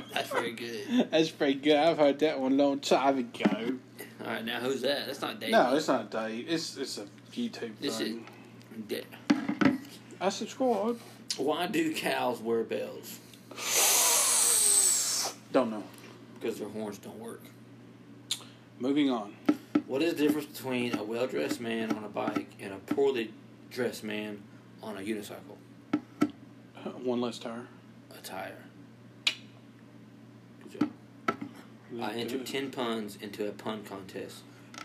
S3: Oh, that's very good.
S2: That's pretty good. I've heard that one a long time ago.
S3: All right, now who's that? That's not Dave.
S2: No, it's not a date. It's it's a YouTube
S3: This is-
S2: thing. I subscribe.
S3: Why do cows wear bells?
S2: Don't know.
S3: Because their horns don't work.
S2: Moving on.
S3: What is the difference between a well dressed man on a bike and a poorly dressed man on a unicycle?
S2: One less tire.
S3: A tire. Good job. I entered 10 puns into a pun contest,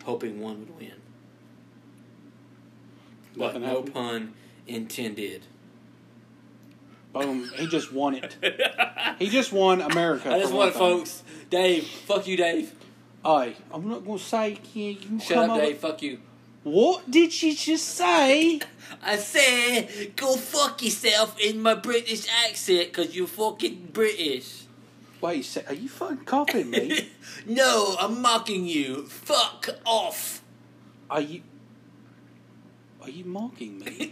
S3: hoping one would win. But
S2: Nothing
S3: no
S2: happened.
S3: pun intended.
S2: Boom. He just won it.
S3: I
S2: He just won
S3: [LAUGHS]
S2: America.
S3: just
S2: for
S3: want it,
S2: one thing.
S3: folks. Dave, fuck you, Dave.
S2: Aye. I'm not gonna say. Can you
S3: Shut
S2: come
S3: up,
S2: over-
S3: Dave. Fuck you.
S2: What did she just say?
S3: I said, go fuck yourself in my British accent, cause you're fucking British.
S2: Wait a sec. Are you fucking copying [LAUGHS] me?
S3: no, I'm mocking you. Fuck off.
S2: Are you? Are you mocking me?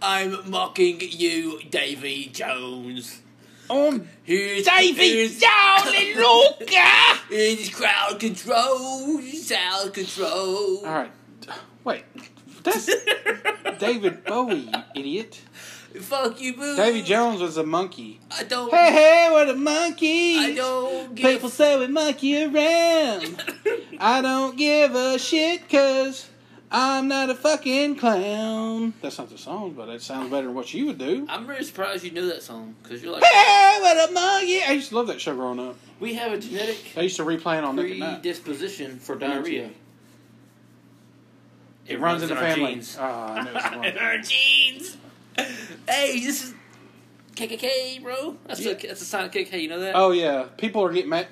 S3: I'm mocking you, Davy Jones.
S2: [LAUGHS] I'm
S3: Who's
S2: Davy
S3: who's-
S2: Darling
S3: [LAUGHS]
S2: [LAUGHS] Walker.
S3: It's crowd control, sound control.
S2: All right. Wait. That's David Bowie, you idiot.
S3: Fuck you, boo.
S2: Davy Jones was a monkey.
S3: I don't.
S2: Hey, hey, we're the monkeys.
S3: I don't give.
S2: People
S3: [LAUGHS]
S2: say we monkey around. I don't give a shit, cause I'm not a fucking clown. That's not the song, but it sounds better than what you would do.
S6: I'm really surprised you knew that song because you're like,
S2: Hey, what a mug, yeah. I used to love that show growing up.
S3: We have a genetic
S2: They used to replay it on Nick at Night.
S6: predisposition for diarrhea.
S2: It runs in the
S6: our
S2: family.
S6: genes.
S2: Oh, I knew it was
S6: [LAUGHS]
S2: wrong.
S6: In our genes. Hey, this is KKK, bro. That's a that's a sign of KKK. You know that?
S2: Oh yeah, people are getting mad.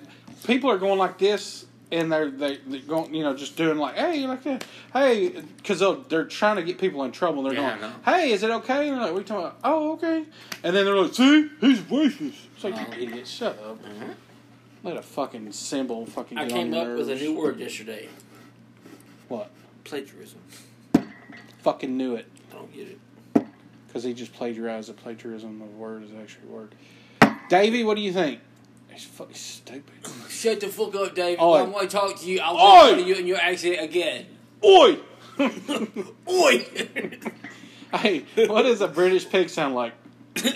S2: People are going like this, and they're they, they're going you know just doing like hey like that hey because they'll they're trying to get people in trouble. They're
S6: Yeah, I
S2: going
S6: know.
S2: hey is it okay? And they're like we talking about oh okay, and then they're like see he's racist. It's like
S6: Oh.
S2: you idiot, shut up.
S6: Mhm.
S2: Let a fucking symbol fucking.
S6: I
S2: Get
S6: came
S2: on your
S6: up with a
S2: nerves.
S6: new word yesterday.
S2: what?
S6: Plagiarism.
S2: Fucking knew it
S6: I don't get it.
S2: because he just plagiarized the plagiarism of word is actually a word. Davey, what do you think? He's fucking stupid.
S6: Shut the fuck up, Dave.
S2: Oi.
S6: I'm going to talk to you. I'll
S2: Oi.
S6: talk to you in your accent again.
S2: Oi!
S6: Oi! [LAUGHS]
S2: Hey, what does a British pig sound like?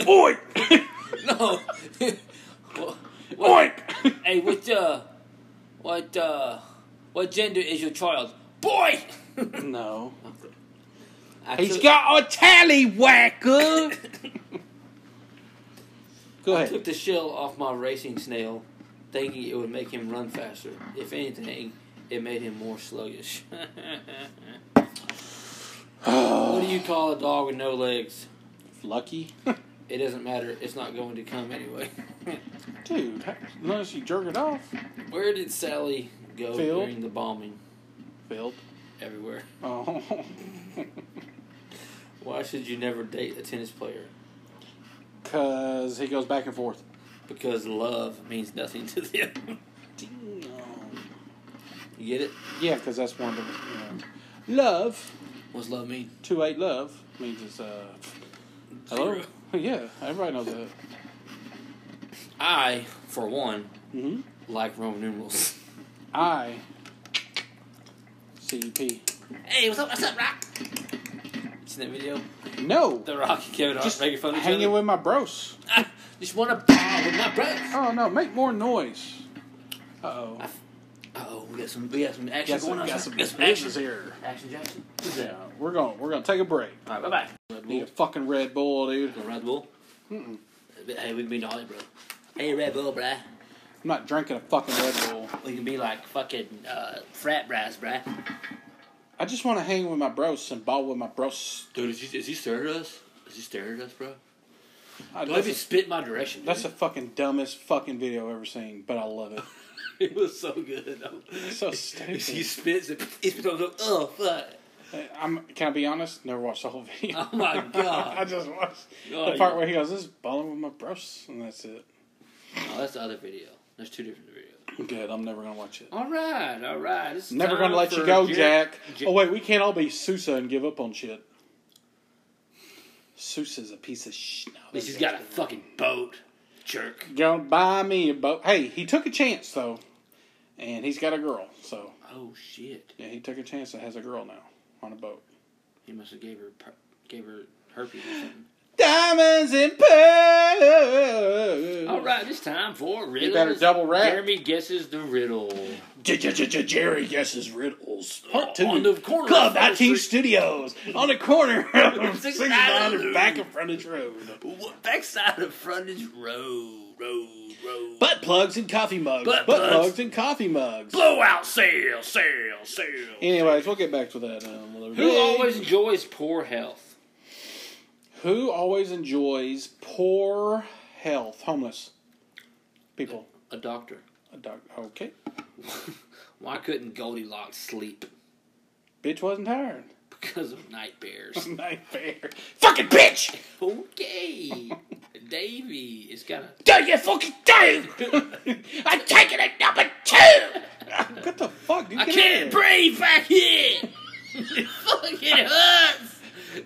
S2: Oi!
S6: no. [LAUGHS] what,
S2: Oi!
S6: Hey, what uh, what uh, what gender is your child? Boy.
S2: no.
S6: I
S2: He's
S6: took-
S2: got a tallywhacker! Go
S3: I
S2: ahead.
S3: [COUGHS] took the shell off my racing snail, thinking it would make him run faster. If anything, it made him more sluggish. [LAUGHS] what do you call a dog with no legs?
S2: Lucky?
S3: It doesn't matter. It's not going to come anyway. [LAUGHS]
S2: Dude, how- unless you jerk it off.
S3: Where did Sally go
S2: Phil?
S3: during the bombing?
S2: Field.
S3: Everywhere.
S2: Oh.
S3: Why should you never date a tennis player?
S2: Because he goes back and forth.
S3: Because love means nothing to them. [LAUGHS] you get it?
S2: Yeah, because that's one of the. You know. Love,
S3: What's love mean?
S2: 2 8 love, means it's, uh. Hello?
S3: Zero.
S2: Yeah, everybody knows that.
S3: I, for one,
S2: hmm
S3: like Roman numerals.
S2: I. E CEP.
S3: [LAUGHS] Hey, what's up? What's up, Rock? Seen that video?
S2: No!
S3: The Rock and Kevin Hart
S2: Just
S3: making fun of each
S2: hanging
S3: other.
S2: with my bros.
S3: I just want to ball with my bros.
S2: Oh no, make more noise. Uh oh.
S3: Oh, we got some, we got some action
S2: Got
S3: going
S2: some,
S3: on.
S2: got
S3: sir.
S2: some
S3: Got some
S2: business
S3: action.
S2: here.
S3: Action Jackson.
S2: Yeah, we're going. We're gonna take a break.
S3: All right, bye bye. Red
S2: Need a
S3: Bull.
S2: fucking Red Bull, dude.
S3: The Red Bull.
S2: Mm-mm.
S3: Hey, we can be naughty, bro. Hey, Red Bull, bruh.
S2: I'm not drinking a fucking Red Bull.
S3: We can be like fucking uh, frat brass, bruh.
S2: I just want to hang with my bros and ball with my bros.
S3: Dude, is he, is he staring at us? Is he staring at us, bro?
S2: I,
S3: Don't
S2: that's,
S3: even
S2: a,
S3: spit in my direction. dude.
S2: that's the fucking dumbest fucking video I've ever seen, but I love it. [LAUGHS]
S3: [LAUGHS] it was so good.
S2: So stupid.
S3: He spits it. He spits on the- Oh fuck!
S2: I'm, can I be honest? Never watched the whole video. [LAUGHS]
S3: Oh my god!
S2: I just watched
S3: Oh,
S2: the part
S3: yeah.
S2: where he goes, "This is balling with my bros," and that's it.
S3: Oh, that's the other video. There's two different videos.
S2: Good. I'm never gonna watch it.
S3: All right, all right. It's
S2: Never
S3: time
S2: gonna let you
S3: for
S2: go,
S3: Jer-
S2: Jack.
S3: Jer-
S2: Oh wait, we can't all be Sousa and give up on shit. Sousa's a piece of sh. No,
S3: At least he's got a fucking boat, jerk.
S2: Go buy me a boat. Hey, he took a chance though, and he's got a girl. So
S3: Oh shit!
S2: yeah, he took a chance and has a girl now on a boat.
S3: He must have gave her per- gave her herpes or something.
S2: Diamonds and pearls.
S3: All right, it's time for riddles.
S2: better double rap.
S3: Jeremy guesses the riddle.
S2: Jerry guesses riddles. Part two.
S3: On the corner
S2: Club
S3: of First
S2: 19
S3: Street.
S2: Studios on the corner [LAUGHS] of
S3: Sixth
S2: 69
S3: Avenue.
S2: back in frontage road.
S3: What backside of frontage road, road, road.
S2: Butt plugs and coffee mugs. Butt,
S3: Butt
S2: plugs.
S3: plugs.
S2: and coffee mugs.
S3: blowout sale, sale, sale.
S2: Anyways, we'll get back to that. Um, another
S3: Who
S2: day.
S3: always enjoys poor health?
S2: who always enjoys poor health, homeless people?
S3: A doctor.
S2: A dog. Okay,
S3: Why couldn't Goldilocks sleep? [LAUGHS]
S2: bitch wasn't [LAUGHS] tired.
S3: Because of nightmares. [LAUGHS]
S2: Nightmare. Fucking bitch.
S3: okay. Davy is kind of.
S2: Do you fucking
S3: [LAUGHS]
S2: do? I'm taking it number two. What the fuck? Dude,
S3: I
S2: Get
S3: can't
S2: out of
S3: breathe back here! it [LAUGHS] fucking hurts! It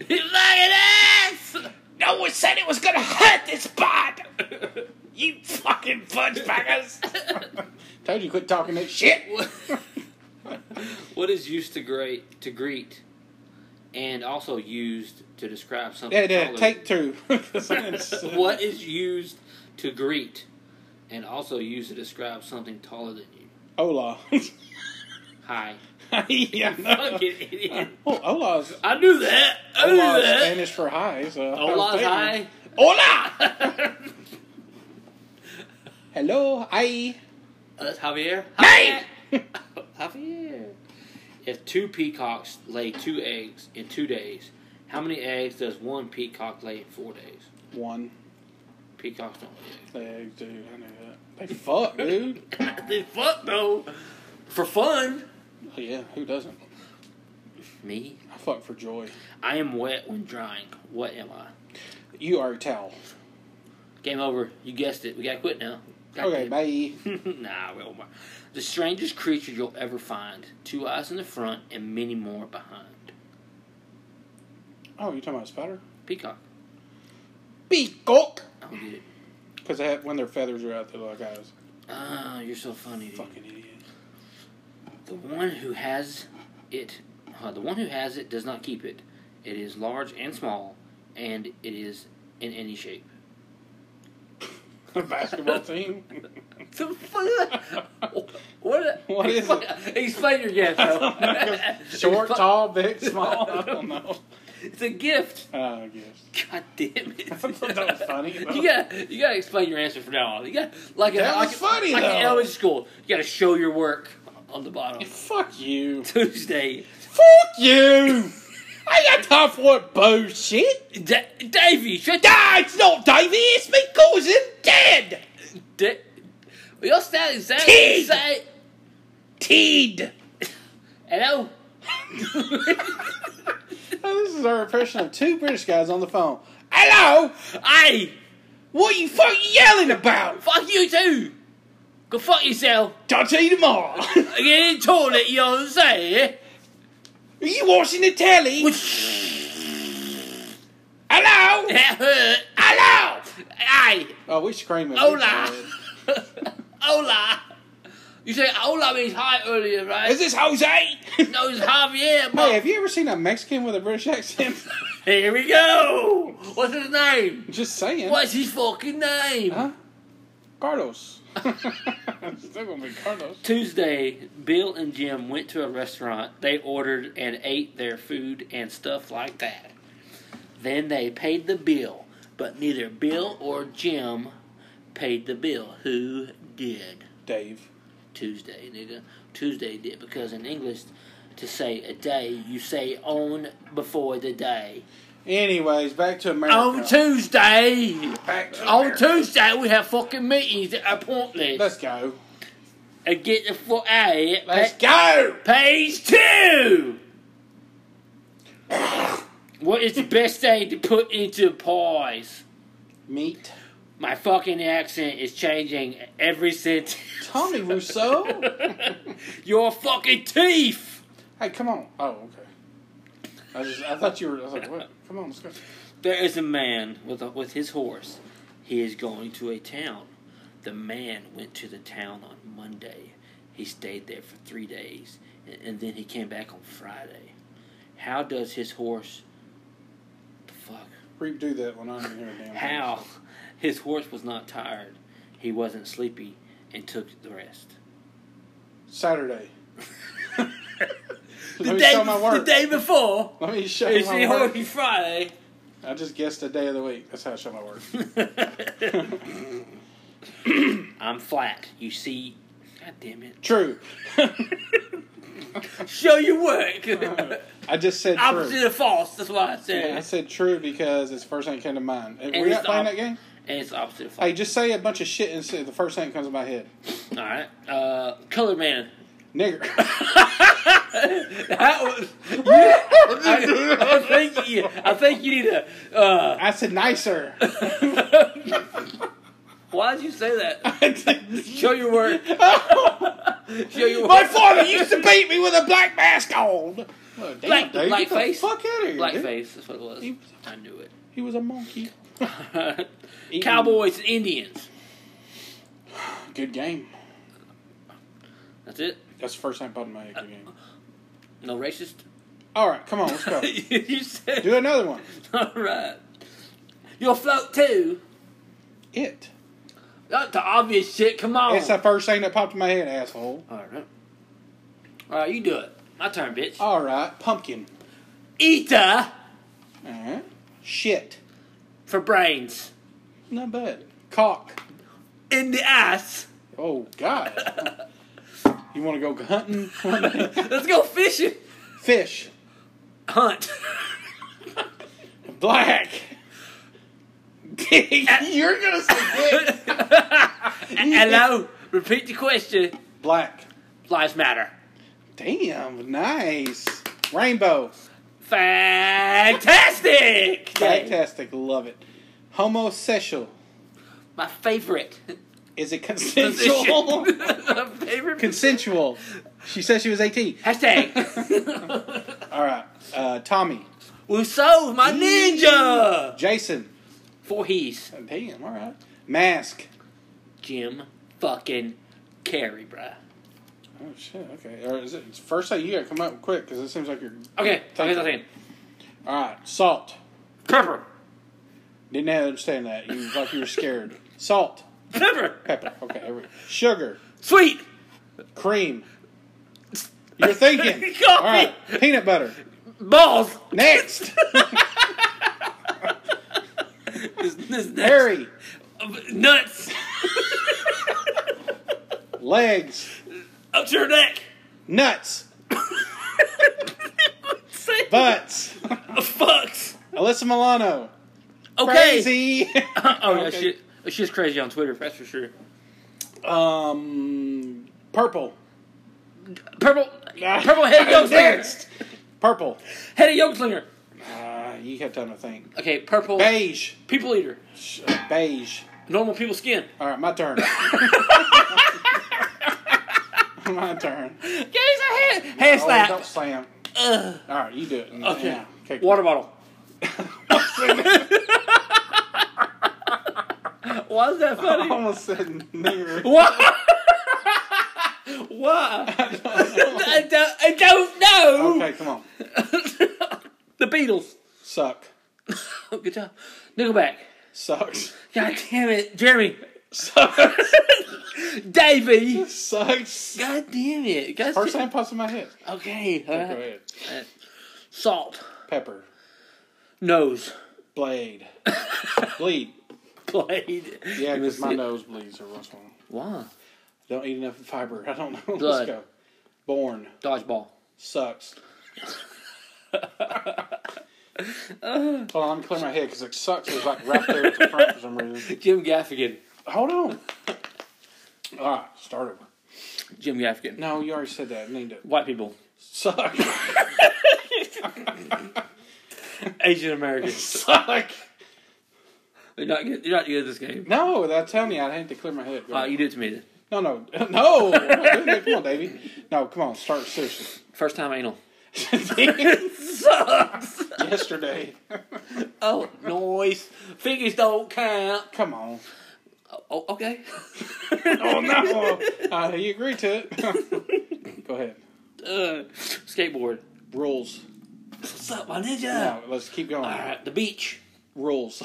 S3: fucking hurts!
S2: here. No one said it was gonna hurt this
S3: [LAUGHS]
S2: bad. You fucking fudgebaggers. [LAUGHS] Told you quit talking that shit.
S3: What- [LAUGHS] what is used to great to greet and also used to describe something
S2: Yeah, yeah,
S3: taller?
S2: take two. [LAUGHS] 'Cause I didn't [LAUGHS] say-
S3: [LAUGHS] what is used to greet and also used to describe something taller than you
S2: Hola. [LAUGHS]
S3: hi [LAUGHS]
S2: yeah, no.
S3: fucking idiot
S2: [LAUGHS] Oh, Ola's,
S3: [LAUGHS] I knew that. I knew
S2: Ola's
S3: that.
S2: Spanish for high, so. I was
S3: Ola's
S2: thinking,
S3: high.
S2: Hola! Hello, hi.
S3: [LAUGHS] That's Javier.
S2: [LAUGHS]
S3: Javier. If two peacocks lay two eggs in two days, how many eggs does one peacock lay in four days?
S2: One.
S3: Peacocks don't
S2: They,
S3: lay
S2: dude, I knew that. They fuck, dude.
S3: eggs. they fuck though. For fun.
S2: Oh, yeah, who doesn't?
S3: Me.
S2: I fuck for joy.
S3: I am wet when drying. What am I?
S2: You are a towel.
S3: Game over. You guessed it. We gotta quit now. God
S2: Okay,
S3: damn.
S2: bye.
S3: [LAUGHS] nah, we won't. The strangest creature you'll ever find. Two eyes in the front and many more behind.
S2: Oh, you talking about a spider?
S3: Peacock.
S2: Peacock.
S3: I don't get it.
S2: Because have, when their feathers are out, they're like eyes.
S3: Ah, you're so funny, dude.
S2: Fucking idiot. [LAUGHS]
S3: The one who has it, uh, the one who has it does not keep it. It is large and small, and it is in any shape.
S2: Basketball team.
S3: The fuck? What?
S2: What is
S3: explain, Explain your
S2: [LAUGHS]
S3: gift. though.
S2: Short,
S3: Expla-
S2: tall, big, small. I don't know.
S3: It's a gift.
S2: Uh, I guess.
S3: God damn it!
S2: thought that was funny, though.
S3: You gotta, you gotta explain your answer from now on. You got like
S2: That
S3: like,
S2: was funny,
S3: like in
S2: though.
S3: elementary school. You gotta show your work on the bottom. [LAUGHS]
S2: Fuck you.
S3: Tuesday,
S2: Fuck you. I got time for it, bullshit.
S3: da- Davey, shut
S2: Nah, it's not Davey. It's me cousin Ted.
S3: Da- Y'all sound exactly the
S2: Teed.
S3: same.
S2: Ted.
S3: Hello?
S2: Oh, this is our impression of two British guys on the phone. Hello.
S3: Hey!
S2: What you fucking yelling about?
S3: Fuck you too! Go fuck yourself!
S2: Talk to you tomorrow.
S3: Get in the toilet, you know what I'm saying?
S2: Are you watching the telly? Hello?
S3: That hurt! Hello! Hey!
S2: Oh, we screaming.
S3: Hola! Hola! [LAUGHS] You said hola means hi earlier, right?
S2: Is this Jose?
S3: No, it's
S2: [LAUGHS]
S3: Javier,
S2: Hey,
S3: mom.
S2: have you ever seen a Mexican with a British accent? [LAUGHS]
S3: Here we go! What's his name?
S2: Just saying.
S3: What's his fucking name?
S2: Huh? Carlos. [LAUGHS] it's still gonna be Carlos.
S3: Tuesday, Bill and Jim went to a restaurant. They ordered and ate their food and stuff like that. Then they paid the bill, but neither Bill or Jim paid the bill. Who did?
S2: Dave.
S3: Tuesday, nigga. Tuesday did because in English, to say a day, you say on before the day.
S2: Anyways, back to America.
S3: On Tuesday!
S2: back to
S3: On
S2: America.
S3: Tuesday, we have fucking meetings that are pointless.
S2: Let's go.
S3: And get the fuck out of here.
S2: Let's go.
S3: Page two. what is the best thing to put into pies?
S2: Meet
S3: My fucking accent is changing every sentence. [LAUGHS]
S2: Tommy Rousseau.
S3: Your fucking teeth.
S2: hey, come on. Oh, okay. I just I thought you were. I was like, what? Come on, let's go.
S3: There is a man with a, with his horse. He is going to a town. The man went to the town on Monday. He stayed there for three days, and, and then he came back on Friday. How does his horse? The fuck.
S2: Redo that when I'm here. Damn.
S3: How? [LAUGHS] His horse was not tired. He wasn't sleepy and took the rest. [LAUGHS]
S2: Saturday.
S3: The
S2: Let me show my work.
S3: before.
S2: Let me show you my work.
S3: Horse Friday.
S2: I just guessed the day of the week. That's how I show my work. [LAUGHS]
S3: [LAUGHS] I'm flat. You see. God damn it.
S2: True.
S3: Show your work.
S2: I just said
S3: [LAUGHS] Opposite
S2: true.
S3: of false. That's what I said.
S2: I said true because it's the first thing that came to mind. We're
S3: it's
S2: not playing
S3: the-
S2: that game?
S3: And it's opposite of false.
S2: Hey, just say a bunch of shit and say the first thing that comes to my head.
S3: All right. Uh, color man. [LAUGHS]
S2: Nigger. [LAUGHS]
S3: That was. I, I think you. I think you need to. Uh,
S2: I said
S3: [LAUGHS]
S2: nicer. [LAUGHS]
S3: why did you say that?
S2: [LAUGHS] my
S3: Show
S2: [LAUGHS]
S3: your work. Show your work.
S2: Oh. father used to beat me with a black mask on. Oh, damn,
S3: Black-
S2: dude,
S3: black
S2: get the
S3: face.
S2: fuck out of here. dude.
S3: Blackface, that's what it was.
S2: He-
S3: I knew
S2: He was a monkey. [LAUGHS]
S3: it. [LAUGHS] Cowboys and Indians.
S2: Good game.
S3: That's it.
S2: That's the first thing that popped in my head. Good game.
S3: No racist.
S2: All right, come on, let's [LAUGHS] go.
S3: [LAUGHS] you said
S2: Do another one.
S3: [LAUGHS] all right. You'll float too.
S2: It.
S3: Not the obvious shit. Come on.
S2: It's the first thing that popped in my head, asshole.
S3: all right. All right, you do it. My turn, bitch.
S2: All right, pumpkin.
S3: Eater
S2: All right. Shit.
S3: for brains.
S2: Not bad. Cock.
S3: In the ass.
S2: Oh God. [LAUGHS] you want to go hunting?
S3: Let's go fishing.
S2: Fish. [LAUGHS]
S3: Hunt.
S2: Black. [LAUGHS] Dick. You're gonna say dick.
S3: Hello. Repeat the question.
S2: Black.
S3: Lives matter.
S2: Damn. Nice. Rainbow.
S3: Fantastic.
S2: Fantastic. Love it. Homosexual. [LAUGHS]
S3: My favorite.
S2: Is it
S3: position. [LAUGHS]
S2: consensual?
S3: favorite.
S2: consensual. She said she was 18. [LAUGHS]
S3: Hashtag.
S2: All right. Uh, Tommy.
S3: Rousseau, my ninja.
S2: Jason.
S3: Four he's
S2: Damn. All right. Mask.
S3: Jim fucking Carrey, bruh.
S2: Oh shit. Okay. Or is it first thing you gotta come up quick because it seems like you're.
S3: Okay,
S2: Thank
S3: okay,
S2: you.
S3: that's it.
S2: All right. Salt.
S3: Pepper.
S2: Didn't understand that. You like you were scared. Salt.
S3: Pepper.
S2: Pepper. Okay. every- Sugar.
S3: Sweet.
S2: Cream. You're thinking.
S3: Coffee.
S2: All right. Peanut butter.
S3: Balls.
S2: Next.
S3: This- this- this-
S2: Harry.
S3: Nuts.
S2: Legs.
S3: Up to your neck.
S2: Nuts.
S3: Say- [LAUGHS]
S2: Butts.
S3: Fucks.
S2: Alyssa Milano.
S3: Okay.
S2: Crazy. [LAUGHS]
S3: Oh, yeah,
S2: Okay.
S3: she, she's crazy on Twitter, that's for sure.
S2: Um. Purple.
S3: Purple. Purple head of yolk slinger.
S2: Next. [LAUGHS] Purple.
S3: Head of yolk slinger.
S2: Uh, you have time to think.
S3: Okay, purple.
S2: Beige.
S3: People eater.
S2: Sh- Beige.
S3: Normal people skin.
S2: All right, my turn. [LAUGHS] my turn.
S3: Give me some hand, hand
S2: Oh,
S3: slap.
S2: don't slam. All right, you do it.
S3: Okay.
S2: Yeah, okay. [LAUGHS]
S3: Water bottle. Why is that
S2: I [LAUGHS]
S3: funny?
S2: almost said
S3: [LAUGHS]
S2: nigger.
S3: Why? Why? I don't, [LAUGHS] I don't know.
S2: Okay, come on.
S3: [LAUGHS] The Beatles.
S2: Suck.
S3: Oh, good job. Nickelback.
S2: Sucks. [LAUGHS]
S3: God damn it, Jeremy.
S2: Sucks.
S3: [LAUGHS] Davey.
S2: Sucks.
S3: God damn it. Guys,
S2: First thing pops in my head.
S3: Okay.
S2: Go
S3: all right.
S2: ahead.
S3: Salt.
S2: Pepper.
S3: Nose. [LAUGHS]
S2: Blade. Bleed.
S3: Blade.
S2: Yeah, because my nose bleeds every once in a while.
S3: Why?
S2: Don't eat enough fiber. [LAUGHS] I don't know.
S3: Blood.
S2: Let's go. Born.
S3: Dodgeball. [LAUGHS]
S2: Sucks. Hold on, let me clear my head because it sucks. It's like right there at the front for some reason.
S3: Jim Gaffigan.
S2: Hold on. All right, start over.
S3: Jim Gaffigan.
S2: No, you already said that. I need to
S3: White people.
S2: suck. [LAUGHS]
S3: Asian Americans.
S2: suck.
S3: [LAUGHS] You're not good. You're not good at this game.
S2: No, that's telling you I had to clear my head. Go
S3: Uh,
S2: on.
S3: you did it to me. Then.
S2: no, no, [LAUGHS] no. I'm not doing that. Come on, Davey. No, come on. Start seriously. [LAUGHS]
S3: First time anal. [LAUGHS]
S2: Yesterday. [LAUGHS]
S3: Oh, noise. Fingers don't count.
S2: Come on.
S3: Oh, okay.
S2: [LAUGHS] Oh [LAUGHS] no.
S3: [LAUGHS]
S2: Uh, you agreed to it. [LAUGHS] go ahead.
S3: [LAUGHS] Uh, skateboard.
S2: Rules.
S3: What's up, my ninja?
S2: No, let's keep going.
S3: All right,
S2: [LAUGHS]
S3: the beach.
S2: Rules.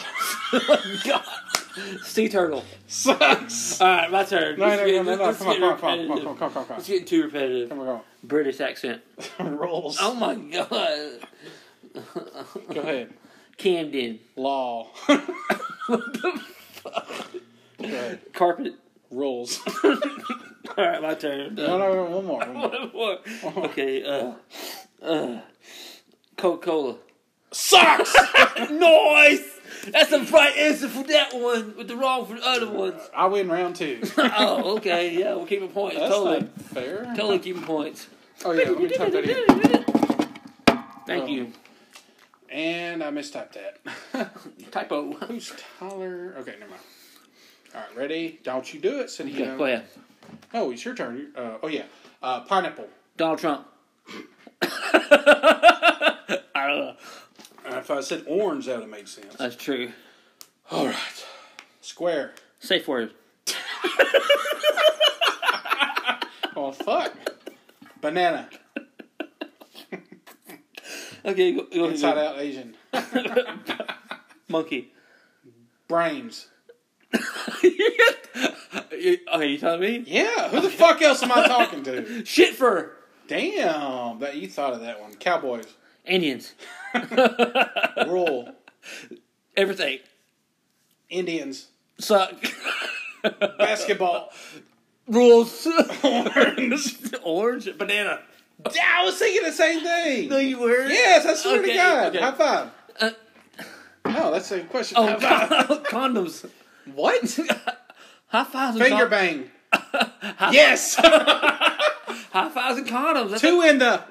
S2: Oh
S3: God. Sea turtle.
S2: Sucks.
S3: All right, my turn.
S2: No,
S3: This
S2: no, no,
S3: is getting-
S2: no, no.
S3: this is
S2: Come on, come on,
S3: getting
S2: come on, come on, come on,
S3: repetitive.
S2: come on, come
S3: It's getting too repetitive.
S2: on. Come
S3: British accent.
S2: [LAUGHS] on. Rules.
S3: Oh my god.
S2: Go ahead.
S3: Camden.
S2: Law. [LAUGHS] Go ahead.
S3: [LAUGHS] Carpet.
S2: Rules.
S3: All right, my turn.
S2: No,
S3: [LAUGHS]
S2: Uh-huh. no, no, one more. One more.
S3: okay. Uh, uh, Coca Cola.
S2: Sucks.
S3: Noise. That's the right answer for that one, with the wrong for the other ones. [LAUGHS]
S2: I win round [LAUGHS] two. That's
S3: Oh, okay, yeah, we're keeping points. totally,
S2: not fair.
S3: totally keeping points.
S2: Oh yeah, let me type that
S3: [LAUGHS]
S2: in.
S3: Thank you.
S2: And I mistyped that. [LAUGHS]
S3: Typo. [LAUGHS]
S2: Who's Tyler? Okay, never mind. All right, ready? Don't you do it, Cindy?
S3: Okay, go ahead.
S2: Oh, it's your turn. You- Uh, oh yeah, uh, pineapple.
S3: Donald Trump.
S2: Uh, if I said orange, that would have made sense.
S3: That's true.
S2: All right. Square.
S3: Safe word.
S2: Oh fuck. Banana.
S3: Okay, go, go ahead.
S2: Inside out Asian.
S3: Monkey.
S2: Brains.
S3: You- [LAUGHS] okay, you telling me?
S2: Yeah. Who the fuck else am I talking to?
S3: Shit fur.
S2: Damn. That you thought of that one. Cowboys.
S3: Indians.
S2: Rule.
S3: Everything.
S2: Indians.
S3: Suck. [LAUGHS]
S2: Basketball.
S3: Rules. [LAUGHS] Orange. Banana.
S2: Yeah, I was thinking the same thing.
S3: No, you were.
S2: Yes, I swear
S3: Okay,
S2: to God.
S3: okay. Uh,
S2: High five. no, that's the question.
S3: Oh,
S2: High
S3: [LAUGHS]
S2: five.
S3: condoms.
S2: What?
S3: High fives and
S2: Finger
S3: con- [LAUGHS]
S2: bang. yes. [LAUGHS]
S3: High fives and condoms. That's [LAUGHS]
S2: Two in the.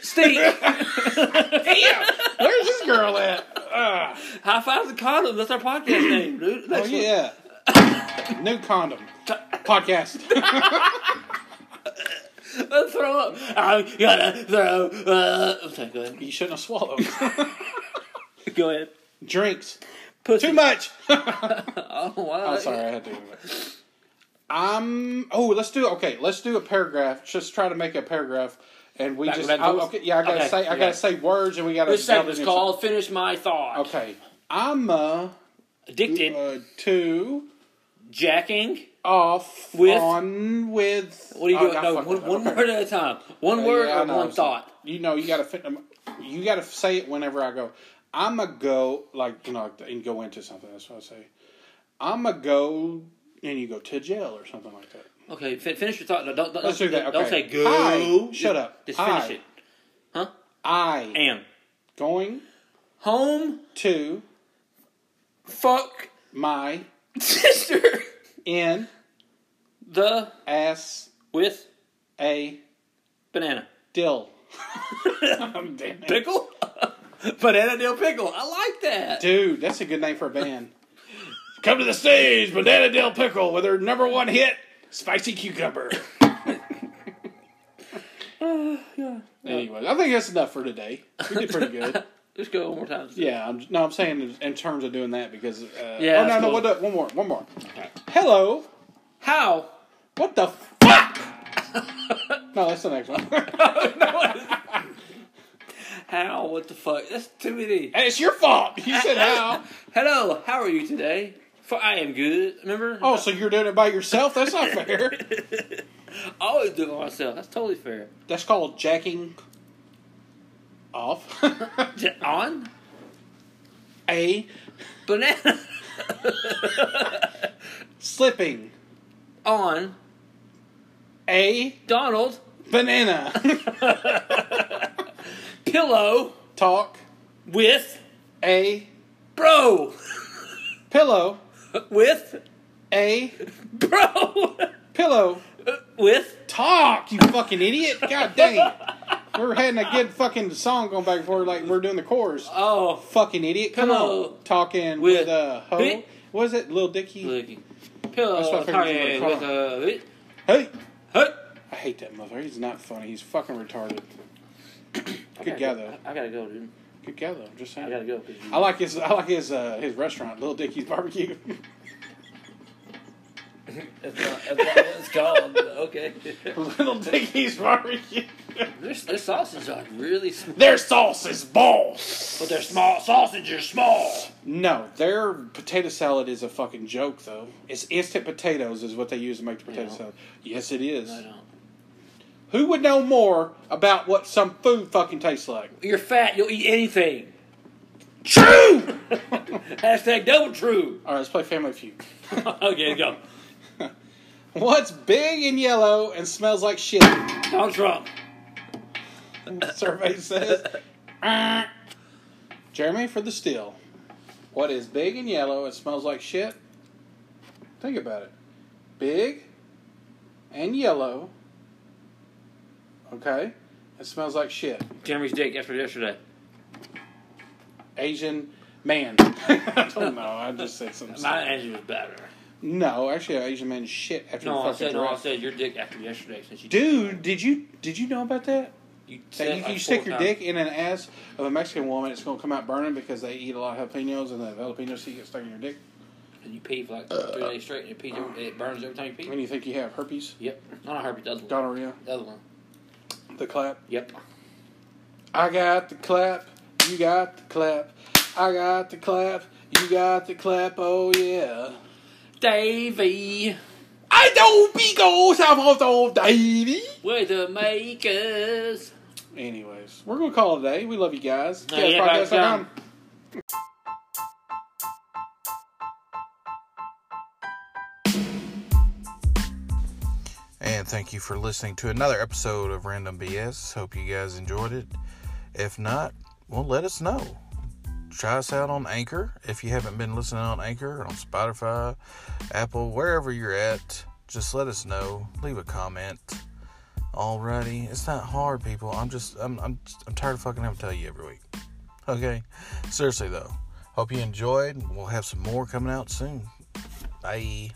S3: stink.
S2: Damn. Where's this girl at? Ah.
S3: High fives and condoms. That's our podcast name, dude.
S2: oh
S3: That's what-
S2: yeah. New condom. Podcast.
S3: Let's throw up. I'm gonna throw. Uh, okay, go ahead.
S2: you shouldn't have swallowed.
S3: Go ahead.
S2: Drinks.
S3: Pussy.
S2: Too much. [LAUGHS]
S3: Oh wow.
S2: I'm sorry, I had to. do that. I'm. Oh, let's do. Okay, let's do a paragraph. Just try to make a paragraph, and we
S7: Back-
S2: just.
S7: back
S2: I,
S7: to us?
S2: okay, yeah, I gotta
S7: Okay,
S2: say. I
S7: yeah.
S2: gotta say words, and we gotta.
S7: This
S2: jump
S7: segment is
S2: into-
S7: called Finish My Thought.
S2: Okay, I'm uh,
S3: Addicted.
S2: uh to
S3: Jacking.
S2: off
S3: With?
S2: on with.
S3: What are you
S2: oh,
S3: doing?
S2: I
S3: No,
S2: fucked
S3: one,
S2: it up.
S3: one
S2: Okay. Uh,
S3: word at a time. One
S2: Yeah,
S3: word
S2: I
S3: and
S2: know,
S3: one
S2: so-
S3: thought.
S2: You know, you gotta fit. um, You gotta say it whenever I go. I'm a go like you know like, and go into something. That's what I say. I'm a go and you go to jail or something like that.
S3: Okay, fin- finish your thought. No, don't, don't,
S2: Let's do that.
S3: don't- Don't
S2: Okay.
S3: say go.
S2: Hi. Shut up.
S3: Just
S2: Hi.
S3: finish it. Huh?
S2: I
S3: Am.
S2: going
S3: Home.
S2: to
S3: Fuck. [LAUGHS]
S2: my
S3: Sister.
S2: in
S3: The.
S2: ass
S3: With.
S2: a
S3: Banana.
S2: dill. Damn it.
S3: Pickle? [LAUGHS] banana dill pickle. I like that.
S2: Dude, that's a good name for a band. [LAUGHS] Come to the stage, Banana Dill Pickle, with her number one hit, Spicy Cucumber. [LAUGHS] Uh, Anyway, I think that's enough for today. We did pretty [LAUGHS] good.
S3: Let's go one more time.
S2: Yeah, I'm, no, I'm saying in, in terms of doing that because. Uh,
S3: Yeah,
S2: Oh no,
S3: that's
S2: no,
S3: cool.
S2: what the, one more, one more. Hello,
S3: How?
S2: what the [LAUGHS] fuck? no, that's the next one. [LAUGHS]
S3: How? What the fuck? That's too many.
S2: And it's your fault. You said how?
S3: Hello. How are you today? For I am good. Remember?
S2: Oh, so you're doing it by yourself? That's not [LAUGHS] fair.
S3: [LAUGHS] I always do it by myself. That's totally fair.
S2: That's called jacking off. [LAUGHS]
S3: J- On
S2: A
S3: banana. [LAUGHS]
S2: slipping.
S3: On
S2: A
S3: Donald
S2: banana. [LAUGHS]
S3: pillow
S2: Talk.
S3: with
S2: A
S3: bro
S2: pillow.
S3: with
S2: A
S3: bro [LAUGHS]
S2: pillow.
S3: with
S2: Talk, you fucking idiot. God dang it. We We're having a good fucking song going back and forth like we're doing the chorus.
S3: oh
S2: Fucking idiot. Come
S3: Pillow.
S2: on. Talking
S3: With-
S2: with, uh hoe.
S3: Bit.
S2: What is it? Lil Dicky?
S3: looking
S2: That's
S3: pillow
S2: what I figured you were
S3: with a
S2: Hey.
S3: huh.
S2: I hate that mother. He's not funny. He's fucking retarded. Good guy though.
S3: I gotta go, dude.
S2: Good guy though. I'm just saying.
S3: I gotta go. 'cause you-
S2: I like his I like his uh, his restaurant, Little Dickie's Barbecue.
S3: That's not, that's not what
S2: [LAUGHS]
S3: it's called. but Okay.
S2: [LAUGHS] Little Dickie's Barbecue.
S3: There's, there's sausages are really small.
S2: Their sauce is balls.
S3: But they're small. Sausages are small.
S2: No, their potato salad is a fucking joke though. It's instant potatoes is what they use to make the potato
S3: No.
S2: salad. Yes, it is.
S3: I don't.
S2: Who would know more about what some food fucking tastes like?
S3: You're fat. You'll
S2: [LAUGHS]
S3: eat anything.
S2: True.
S3: Hashtag double true. [LAUGHS]
S2: All right, let's play Family Feud.
S3: okay, go.
S2: What's big and yellow and smells like shit?
S3: Donald Trump.
S2: [LAUGHS] Survey says. Jeremy for the steal. What is big and yellow and smells like shit? Think about it. Big and yellow. Okay. It smells like shit.
S3: Jeremy's dick after yesterday.
S2: Asian man. [LAUGHS] I don't know. I just said
S3: [LAUGHS]
S2: something.
S3: My
S2: silly.
S3: answer was better.
S2: No, actually, Asian man shit after
S3: No,
S2: the
S3: I
S2: fucking
S3: said no. I
S2: draft.
S3: said your dick after yesterday since you
S2: Dude, did you did you know about that?
S3: You, said
S2: That
S3: it
S2: you,
S3: like
S2: you
S3: four
S2: stick your
S3: times.
S2: dick in an ass of a Mexican woman, it's gonna come out burning because they eat a lot of jalapenos, and the jalapeno seed gets stuck in your dick.
S3: And you pee for like three days straight, and it, pees every, it burns every time you pee.
S2: When you think you have herpes,
S3: Yep. Not a herpes. The other one.
S2: gonorrhea,
S3: The other one.
S2: the clap.
S3: Yep.
S2: I got the clap, you got the clap. I got the clap, you got the clap. Oh yeah.
S3: Davey,
S2: I don't be goes, I'm off the old Davey.
S3: we're the makers.
S2: Anyways, we're gonna call it a day. We love you guys.
S3: Yeah, yeah,
S2: Podcast
S3: bye,
S2: dot com.
S3: bye.
S1: And thank you for listening to another episode of Random BS. Hope you guys enjoyed it. If not, well, let us know. Try us out on Anchor. If you haven't been listening on Anchor, on Spotify, Apple, wherever you're at, just let us know. Leave a comment. Alrighty, it's not hard, people. I'm just, I'm, I'm, I'm tired of fucking having to tell you every week. Okay, seriously though. Hope you enjoyed. We'll have some more coming out soon. Bye.